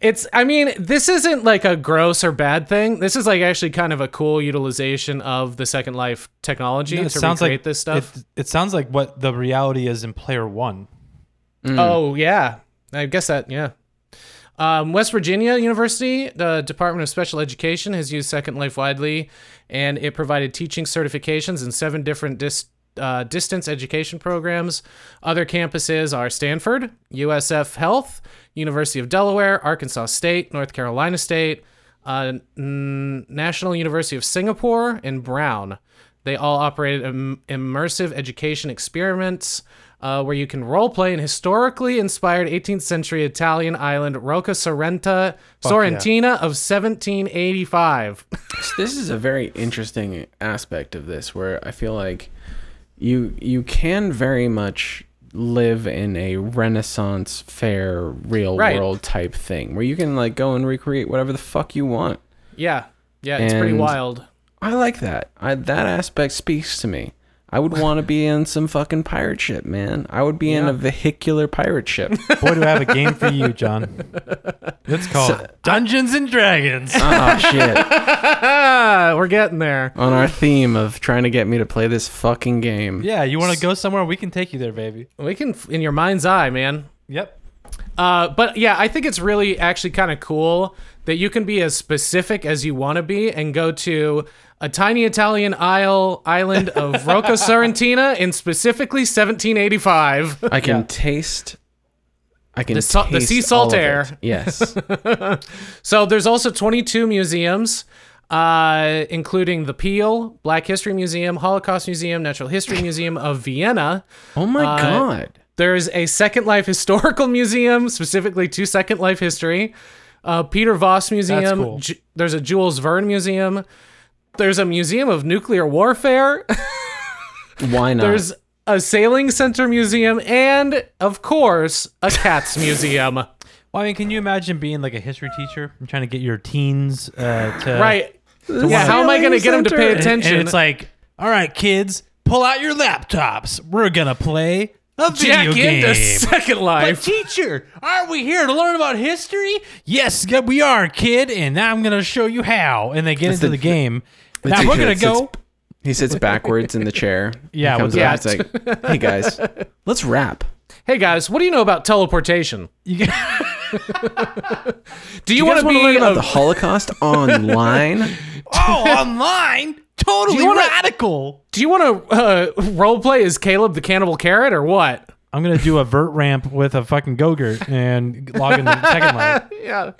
[SPEAKER 3] It's, I mean, this isn't like a gross or bad thing. This is like actually kind of a cool utilization of the Second Life technology
[SPEAKER 5] No,
[SPEAKER 3] to recreate this stuff.
[SPEAKER 5] It, it sounds like what the reality is in Player One.
[SPEAKER 3] Oh, yeah. I guess that, yeah. Um, West Virginia University, the Department of Special Education, has used Second Life widely, and it provided teaching certifications in seven different dis- uh, distance education programs. Other campuses are Stanford, USF Health, University of Delaware, Arkansas State, North Carolina State, uh, N- National University of Singapore, and Brown. They all operated Im- immersive education experiments uh, where you can role play an historically inspired 18th century Italian island, Rocca Sorrenta, Sorrentina of 1785.
[SPEAKER 4] this is a very interesting aspect of this where I feel like you you can very much live in a renaissance fair real
[SPEAKER 3] Right.
[SPEAKER 4] world type thing where you can like go and recreate whatever the fuck you want.
[SPEAKER 3] yeah, yeah, it's pretty
[SPEAKER 4] And-
[SPEAKER 3] wild.
[SPEAKER 4] I like that. I, that aspect speaks to me. I would want to be in some fucking pirate ship, man. I would be in a vehicular pirate ship.
[SPEAKER 5] Boy, do I have a game for you, John. It's called Dungeons and Dragons.
[SPEAKER 4] oh shit.
[SPEAKER 3] Ah, we're getting there.
[SPEAKER 4] On our theme of trying to get me to play this fucking game.
[SPEAKER 5] yeah, you want to go somewhere? We can take you there, baby.
[SPEAKER 3] We can, f- in your mind's eye, man.
[SPEAKER 5] Yep.
[SPEAKER 3] Uh, but yeah, I think it's really actually kind of cool that you can be as specific as you want to be and go to a tiny Italian isle island of Rocca Sorrentina in specifically 1785.
[SPEAKER 4] I can taste. I can
[SPEAKER 3] The sa- the
[SPEAKER 4] taste
[SPEAKER 3] sea salt
[SPEAKER 4] all of
[SPEAKER 3] air.
[SPEAKER 4] it. Yes.
[SPEAKER 3] so there's also 22 museums, uh, including the Peel Black History Museum, Holocaust Museum, Natural History Museum of Vienna.
[SPEAKER 4] Oh my
[SPEAKER 3] Uh,
[SPEAKER 4] god.
[SPEAKER 3] There's a Second Life Historical Museum, specifically to Second Life history. Uh, Peter Voss Museum.
[SPEAKER 5] cool.
[SPEAKER 3] Ju- there's a Jules Verne Museum. There's a Museum of Nuclear Warfare.
[SPEAKER 4] Why not?
[SPEAKER 3] there's a Sailing Center Museum. And, of course, a Cats
[SPEAKER 5] Uh,
[SPEAKER 3] Museum.
[SPEAKER 5] Well, I mean, can you imagine being like a history teacher and trying to get your teens uh, to
[SPEAKER 3] right. Yeah, how am I going to get them to pay
[SPEAKER 4] Sailing Center.
[SPEAKER 5] And,
[SPEAKER 3] attention?
[SPEAKER 5] and it's like, all right, kids, pull out your laptops. We're gonna play a
[SPEAKER 3] Jack
[SPEAKER 5] video game.
[SPEAKER 3] into Second
[SPEAKER 5] But
[SPEAKER 3] Life.
[SPEAKER 5] teacher, aren't we here to learn about history? Yes, yeah, we are, kid, and now I'm gonna show you how. And they get into
[SPEAKER 4] the-
[SPEAKER 5] the, game.
[SPEAKER 4] The
[SPEAKER 5] now
[SPEAKER 4] teacher
[SPEAKER 5] we're gonna
[SPEAKER 4] that
[SPEAKER 5] go.
[SPEAKER 4] sits- he sits backwards in the chair.
[SPEAKER 5] Yeah,
[SPEAKER 4] He comes
[SPEAKER 5] with
[SPEAKER 4] up, It's like, hey guys, let's rap.
[SPEAKER 3] hey, guys, what do you know about teleportation?
[SPEAKER 5] You get-
[SPEAKER 3] Do you,
[SPEAKER 4] You
[SPEAKER 3] want
[SPEAKER 4] guys
[SPEAKER 3] to
[SPEAKER 4] want
[SPEAKER 3] be
[SPEAKER 4] to learn about
[SPEAKER 3] a-
[SPEAKER 4] the Holocaust online?
[SPEAKER 5] oh, online, totally
[SPEAKER 3] Do you wanna-
[SPEAKER 5] radical.
[SPEAKER 3] Do you want to uh, roleplay as Caleb the Cannibal Carrot or what?
[SPEAKER 5] I'm gonna do a vert ramp with a fucking gogurt and log into Second Life.
[SPEAKER 3] Yeah.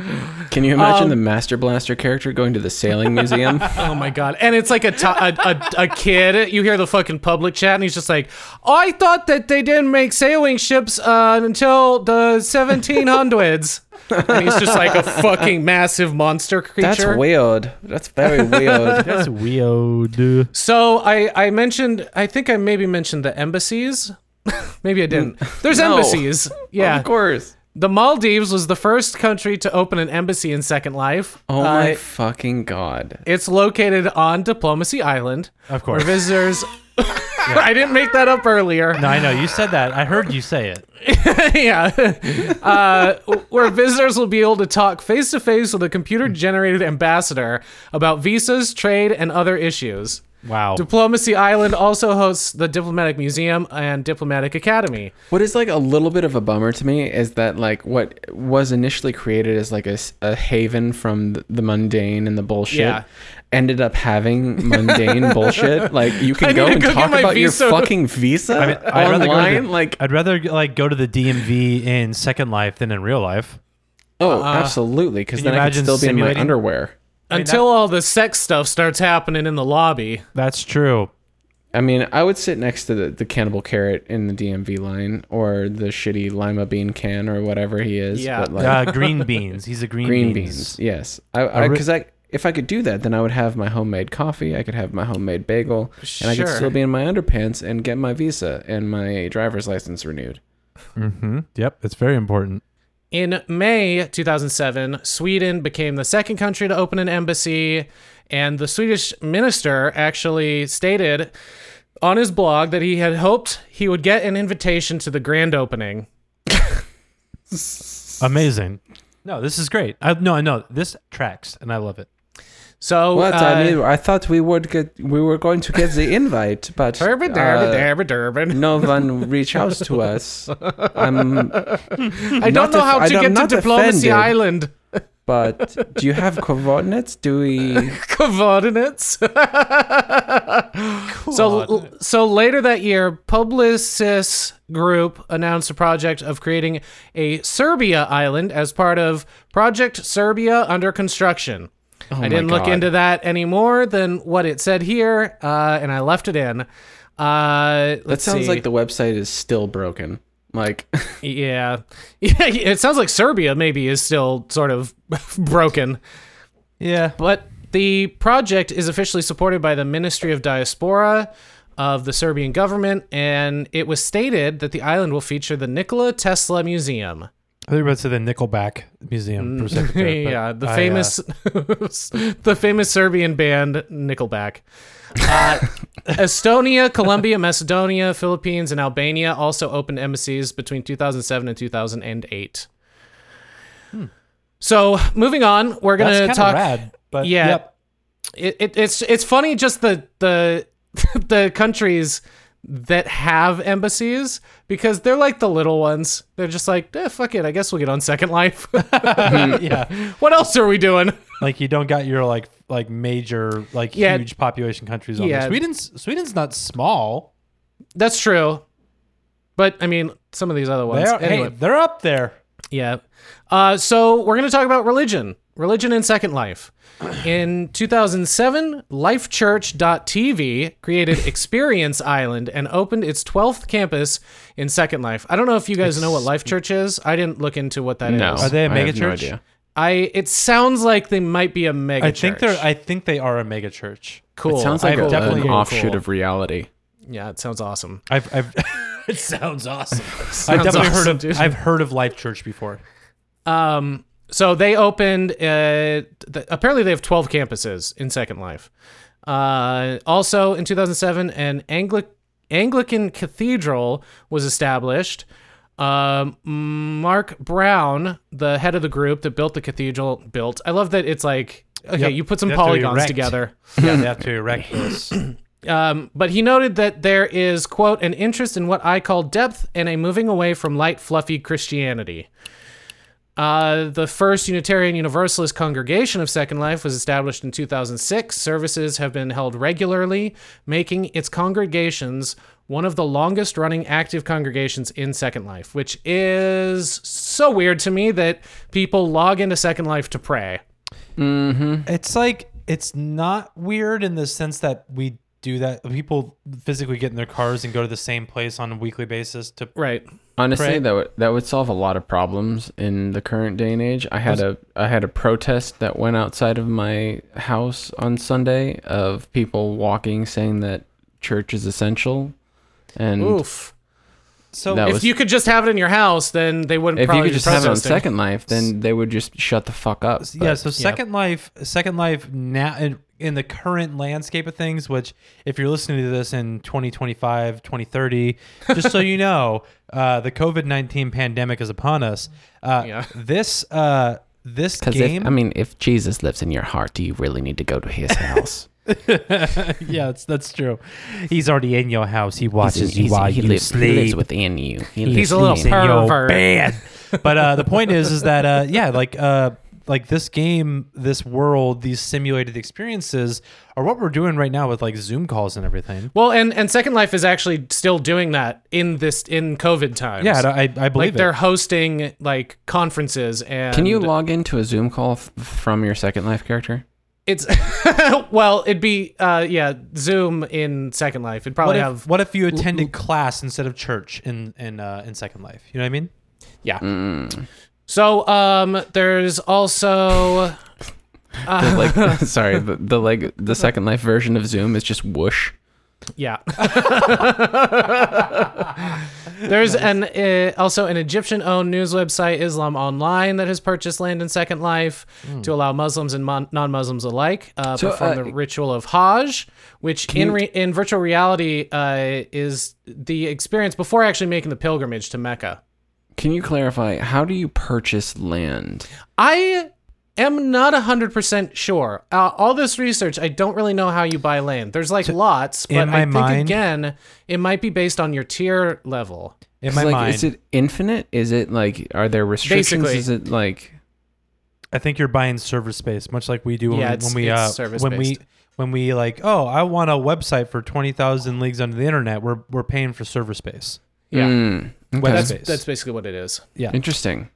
[SPEAKER 4] Can you imagine the Master Blaster character going to the sailing museum?
[SPEAKER 3] Um, Oh my god! And it's like a to- a- a- a kid. You hear the fucking public chat, and he's just like, "I thought that they didn't make sailing ships uh, until the 1700s." and he's just like a fucking massive monster creature.
[SPEAKER 4] That's weird. That's very weird.
[SPEAKER 5] That's weird.
[SPEAKER 3] So I I mentioned I think I maybe mentioned the embassies. maybe I didn't. There's
[SPEAKER 4] No.
[SPEAKER 3] embassies. Yeah.
[SPEAKER 4] Of course.
[SPEAKER 3] The Maldives was the first country to open an embassy in Second Life.
[SPEAKER 4] Oh
[SPEAKER 3] Uh,
[SPEAKER 4] my fucking god.
[SPEAKER 3] It's located on Diplomacy Island.
[SPEAKER 5] Of
[SPEAKER 3] Where
[SPEAKER 5] course.
[SPEAKER 3] visitors. I didn't make that up earlier.
[SPEAKER 5] No, I know you said that. I heard you say it.
[SPEAKER 3] yeah. Uh, where visitors will be able to talk face to face with a computer generated ambassador about visas, trade, and other issues.
[SPEAKER 5] Wow.
[SPEAKER 3] Diplomacy Island also hosts the Diplomatic Museum and Diplomatic Academy.
[SPEAKER 4] What is like a little bit of a bummer to me is that like what was initially created as like a, s- a haven from th- the mundane and the bullshit
[SPEAKER 3] Yeah.
[SPEAKER 4] ended up having mundane bullshit. Like you
[SPEAKER 3] I
[SPEAKER 4] can
[SPEAKER 3] need
[SPEAKER 4] go
[SPEAKER 3] to
[SPEAKER 4] and
[SPEAKER 3] go get
[SPEAKER 4] talk
[SPEAKER 3] my
[SPEAKER 4] about
[SPEAKER 3] visa.
[SPEAKER 4] your fucking visa
[SPEAKER 5] mean, I'd rather go to
[SPEAKER 4] online.
[SPEAKER 5] the-
[SPEAKER 4] like
[SPEAKER 5] I'd rather like go to the DMV in Second Life than in real life.
[SPEAKER 4] oh, absolutely, because
[SPEAKER 5] uh, can you
[SPEAKER 4] then I could
[SPEAKER 5] imagine
[SPEAKER 4] still be in my
[SPEAKER 5] simulating-
[SPEAKER 4] underwear.
[SPEAKER 3] Until all the sex stuff starts happening in the lobby.
[SPEAKER 5] That's true.
[SPEAKER 4] I mean, I would sit next to the, the cannibal carrot in the DMV line or the shitty lima bean can or whatever he is.
[SPEAKER 3] Yeah.
[SPEAKER 4] but, like,
[SPEAKER 5] Uh, green beans. He's a green,
[SPEAKER 4] green beans. Yes, I
[SPEAKER 5] re-
[SPEAKER 4] because I, if I could do that, then I would have my homemade coffee. I could have my homemade bagel, and I could
[SPEAKER 3] Sure.
[SPEAKER 4] still be in my underpants and get my visa and my driver's license renewed.
[SPEAKER 5] Yep, it's very important.
[SPEAKER 3] In May 2007, Sweden became the second country to open an embassy, and the Swedish minister actually stated on his blog that he had hoped he would get an invitation to the grand opening.
[SPEAKER 5] Amazing. No, this is great. I, no, I know this tracks, and I love it.
[SPEAKER 3] So,
[SPEAKER 4] What
[SPEAKER 3] uh,
[SPEAKER 4] I mean, I thought we would get we were going to get the invite, but uh,
[SPEAKER 3] derby, derby, derby, derby.
[SPEAKER 4] no one reached out to us. Um,
[SPEAKER 3] I don't know
[SPEAKER 4] if-
[SPEAKER 3] how
[SPEAKER 4] I
[SPEAKER 3] to
[SPEAKER 4] don't-
[SPEAKER 3] get to
[SPEAKER 4] not
[SPEAKER 3] Diplomacy
[SPEAKER 4] offended.
[SPEAKER 3] Island.
[SPEAKER 4] but do you have coordinates? Do we?
[SPEAKER 3] coordinates. so, so later that year, Publicis Group announced a project of creating a Serbia island as part of Project Serbia under construction.
[SPEAKER 4] Oh
[SPEAKER 3] I didn't
[SPEAKER 4] my
[SPEAKER 3] look
[SPEAKER 4] God.
[SPEAKER 3] into that any more than what it said here, uh, and I left it in. Uh,
[SPEAKER 4] That
[SPEAKER 3] let's
[SPEAKER 4] sounds
[SPEAKER 3] see.
[SPEAKER 4] like the website is still broken. Like,
[SPEAKER 3] yeah, yeah. It sounds like Serbia maybe is still sort of broken.
[SPEAKER 5] Yeah.
[SPEAKER 3] But the project is officially supported by the Ministry of Diaspora of the Serbian government, and it was stated that the island will feature the Nikola Tesla Museum.
[SPEAKER 5] I think about to the Nickelback Museum for second there, but
[SPEAKER 3] yeah, the
[SPEAKER 5] I, uh,
[SPEAKER 3] famous, the famous Serbian band Nickelback. Uh, Estonia, Colombia, Macedonia, Philippines, and Albania also opened embassies between 2007 and 2008. So moving on, we're
[SPEAKER 5] Hmm. that's
[SPEAKER 3] gonna
[SPEAKER 5] kinda
[SPEAKER 3] talk
[SPEAKER 5] rad, but
[SPEAKER 3] yeah.
[SPEAKER 5] yep.
[SPEAKER 3] it, it it's it's funny just the the the countries that have embassies because they're like the little ones. They're just like, eh, fuck it. I guess we'll get on Second Life.
[SPEAKER 5] yeah.
[SPEAKER 3] what else are we doing?
[SPEAKER 5] Like you don't got your like like major like
[SPEAKER 3] Yeah.
[SPEAKER 5] huge population countries on
[SPEAKER 3] Yeah.
[SPEAKER 5] there. Sweden's Sweden's not small.
[SPEAKER 3] That's true. But I mean, some of these other
[SPEAKER 5] They
[SPEAKER 3] ones.
[SPEAKER 5] are,
[SPEAKER 3] anyway,
[SPEAKER 5] hey, they're up there.
[SPEAKER 3] yeah. Uh, so we're gonna talk about religion, religion in Second Life. In 2007, LifeChurch.tv created Experience Island and opened its 12th campus in Second Life. I don't know if you guys know what Life Church is. I didn't look into what that is.
[SPEAKER 4] no.
[SPEAKER 5] Are they a
[SPEAKER 4] I have
[SPEAKER 5] megachurch?
[SPEAKER 4] No idea.
[SPEAKER 3] I it sounds like they might be a mega.
[SPEAKER 5] I
[SPEAKER 3] church.
[SPEAKER 5] think they're I think they are a mega church.
[SPEAKER 3] cool.
[SPEAKER 4] It sounds like
[SPEAKER 5] I've
[SPEAKER 4] a,
[SPEAKER 5] definitely-
[SPEAKER 4] an
[SPEAKER 5] Cool.
[SPEAKER 4] offshoot of reality.
[SPEAKER 3] yeah, it sounds awesome.
[SPEAKER 5] I've I've it sounds awesome.
[SPEAKER 3] Sounds
[SPEAKER 5] I've definitely heard
[SPEAKER 3] awesome,
[SPEAKER 5] of
[SPEAKER 3] dude.
[SPEAKER 5] I've heard of Life Church before.
[SPEAKER 3] Um, so they opened. Uh, th- apparently, they have twelve campuses in Second Life. Uh, also, in 2007, an Angli- Anglican cathedral was established. Um, Mark Brown, the head of the group that built the cathedral, built. I love that it's like okay,
[SPEAKER 5] Yep.
[SPEAKER 3] you put some
[SPEAKER 5] They have to
[SPEAKER 3] polygons
[SPEAKER 5] erect.
[SPEAKER 3] together.
[SPEAKER 5] Yeah, they have to erect this.
[SPEAKER 3] Um, but he noted that there is, quote, an interest in what I call depth and a moving away from light, fluffy Christianity. Uh, the first Unitarian Universalist congregation of Second Life was established in 2006. Services have been held regularly, making its congregations one of the longest running active congregations in Second Life, which is so weird to me that people log into Second Life to pray.
[SPEAKER 5] It's like it's not weird in the sense that we do that. People physically get in their cars and go to the same place on a weekly basis to.
[SPEAKER 3] Right.
[SPEAKER 4] Honestly,
[SPEAKER 5] Pray-
[SPEAKER 4] that would that would solve a lot of problems in the current day and age. I had a I had a protest that went outside of my house on Sunday of people walking saying that church is essential, and
[SPEAKER 3] Oof.
[SPEAKER 5] So
[SPEAKER 4] Mm. That
[SPEAKER 3] if
[SPEAKER 4] was-
[SPEAKER 3] you could just have it in your house, then they wouldn't.
[SPEAKER 4] if you
[SPEAKER 3] probably be
[SPEAKER 4] could just have it on
[SPEAKER 3] protesting.
[SPEAKER 4] Second Life, then they would just shut the fuck up. But
[SPEAKER 5] yeah, so Second Life, Second Life now in, in the current landscape of things, which if you're listening to this in 2025, 2030, just so you know, uh, the COVID 19 pandemic is upon us. Uh,
[SPEAKER 3] Yeah.
[SPEAKER 5] This uh, this
[SPEAKER 4] Because
[SPEAKER 5] game,
[SPEAKER 4] I mean, if Jesus lives in your heart, do you really need to go to his house?
[SPEAKER 5] yeah, that's, that's true. He's already in your house. He watches you
[SPEAKER 4] he's-
[SPEAKER 5] while
[SPEAKER 4] he
[SPEAKER 5] you
[SPEAKER 4] lives, he
[SPEAKER 5] sleep.
[SPEAKER 4] lives within you. He
[SPEAKER 3] He's
[SPEAKER 4] lives
[SPEAKER 3] a little
[SPEAKER 4] in you.
[SPEAKER 5] in your
[SPEAKER 3] pervert.
[SPEAKER 5] bed. But uh, the point is, is that uh, yeah, like uh, like this game, this world, these simulated experiences are what we're doing right now with like Zoom calls and everything.
[SPEAKER 3] Well, and and Second Life is actually still doing that in this in COVID times.
[SPEAKER 5] Yeah, and I I
[SPEAKER 3] like
[SPEAKER 5] believe
[SPEAKER 3] they're
[SPEAKER 5] it.
[SPEAKER 3] hosting like conferences and
[SPEAKER 4] Can you log into a Zoom call f- from your Second Life character?
[SPEAKER 3] It's well, it'd be uh yeah Zoom in Second Life. It'd
[SPEAKER 5] What
[SPEAKER 3] probably
[SPEAKER 5] if,
[SPEAKER 3] have
[SPEAKER 5] what if you attended class instead of church in in uh, in Second Life? You know what I mean?
[SPEAKER 3] yeah.
[SPEAKER 4] Mm,
[SPEAKER 3] So um, there's also
[SPEAKER 4] The, like, sorry, the, the like the Second Life version of Zoom is just whoosh.
[SPEAKER 3] Yeah. There's an uh, also an Egyptian-owned news website, Islam Online, that has purchased land in Second Life to allow Muslims and mon- non-Muslims alike uh,
[SPEAKER 4] So,
[SPEAKER 3] perform
[SPEAKER 4] uh,
[SPEAKER 3] the ritual of Hajj, which in re- in virtual reality uh, is the experience before actually making the pilgrimage to Mecca.
[SPEAKER 4] Can you clarify how do you purchase land?
[SPEAKER 3] I am not 100% sure. Uh, all this research, I don't really know how you buy land. There's like lots, but
[SPEAKER 5] in my
[SPEAKER 3] I think
[SPEAKER 5] mind-
[SPEAKER 3] again, it might be based on your tier level.
[SPEAKER 5] In
[SPEAKER 4] 'Cause,
[SPEAKER 5] my
[SPEAKER 4] like,
[SPEAKER 5] mind,
[SPEAKER 4] is it infinite? Is it like are there restrictions?
[SPEAKER 3] Basically.
[SPEAKER 4] Is it like
[SPEAKER 5] I think you're buying server space, much like we do when
[SPEAKER 3] Yeah,
[SPEAKER 5] we-
[SPEAKER 3] it's-
[SPEAKER 5] when we
[SPEAKER 3] it's
[SPEAKER 5] uh,
[SPEAKER 3] service
[SPEAKER 5] when we
[SPEAKER 3] based.
[SPEAKER 5] when we like, oh, I want a website for twenty thousand leagues under the internet. We're we're paying for server space.
[SPEAKER 3] Yeah.
[SPEAKER 4] Mm, okay.
[SPEAKER 5] Web
[SPEAKER 3] That's
[SPEAKER 5] space.
[SPEAKER 3] that's basically what it is.
[SPEAKER 5] yeah.
[SPEAKER 4] interesting.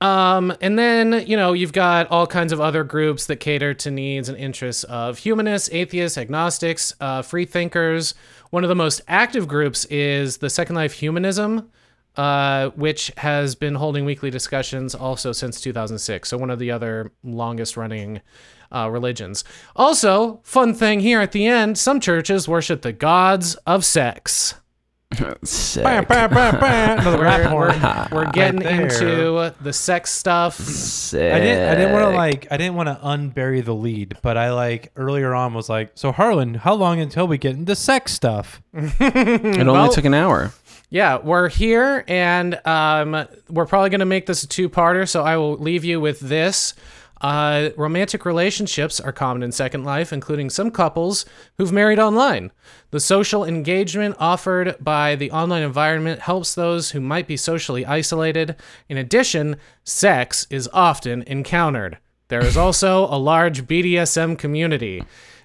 [SPEAKER 3] Um, and then, you know, you've got all kinds of other groups that cater to needs and interests of humanists, atheists, agnostics, uh, free thinkers. One of the most active groups is the Second Life Humanism, uh, which has been holding weekly discussions also since 2006. So, one of the other longest running uh, religions. Also, fun thing here at the end some churches worship the gods of sex.
[SPEAKER 4] Sick.
[SPEAKER 3] We're, we're- we're getting
[SPEAKER 5] there.
[SPEAKER 3] into the sex stuff.
[SPEAKER 4] Sick.
[SPEAKER 5] I didn't. I didn't want to like. I didn't want to unbury the lead, but I like earlier on was like, so Harlan, how long until we get into sex stuff?
[SPEAKER 4] It
[SPEAKER 3] well-
[SPEAKER 4] only took an hour.
[SPEAKER 3] Yeah, we're here, and um, we're probably going to make this a two-parter. So I will leave you with this: uh, romantic relationships are common in Second Life, including some couples who've married online. The social engagement offered by the online environment helps those who might be socially isolated. In addition, sex is often encountered. There is also a large BDSM community.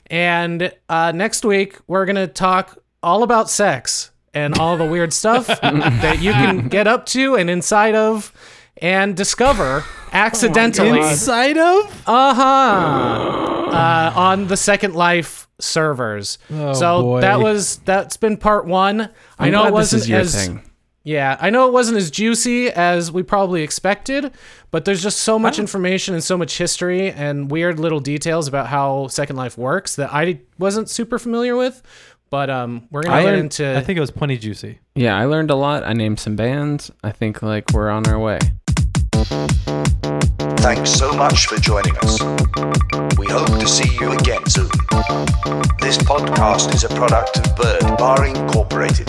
[SPEAKER 3] And uh, next week, we're going to talk all about sex and all the weird stuff that you can get up to and inside of and discover
[SPEAKER 4] Oh
[SPEAKER 3] accidentally.
[SPEAKER 5] Inside of.
[SPEAKER 3] uh-huh. Uh, on the Second Life servers. so
[SPEAKER 5] boy.
[SPEAKER 3] that was that's been part 1. i
[SPEAKER 4] Oh, I'm
[SPEAKER 3] know
[SPEAKER 4] glad
[SPEAKER 3] it wasn't
[SPEAKER 4] this is your
[SPEAKER 3] as
[SPEAKER 4] thing.
[SPEAKER 3] yeah, I know it wasn't as juicy as we probably expected, but there's just so
[SPEAKER 4] Oh.
[SPEAKER 3] much information and so much history and weird little details about how Second Life works that I wasn't super familiar with. But um, we're gonna
[SPEAKER 4] I
[SPEAKER 3] get
[SPEAKER 4] learned-
[SPEAKER 3] into
[SPEAKER 5] I think it was plenty juicy.
[SPEAKER 4] Yeah, I learned a lot. I named some bands. I think like we're on our way.
[SPEAKER 1] Thanks so much for joining us. We hope to see you again soon. This podcast is a product of Bird Bar Incorporated.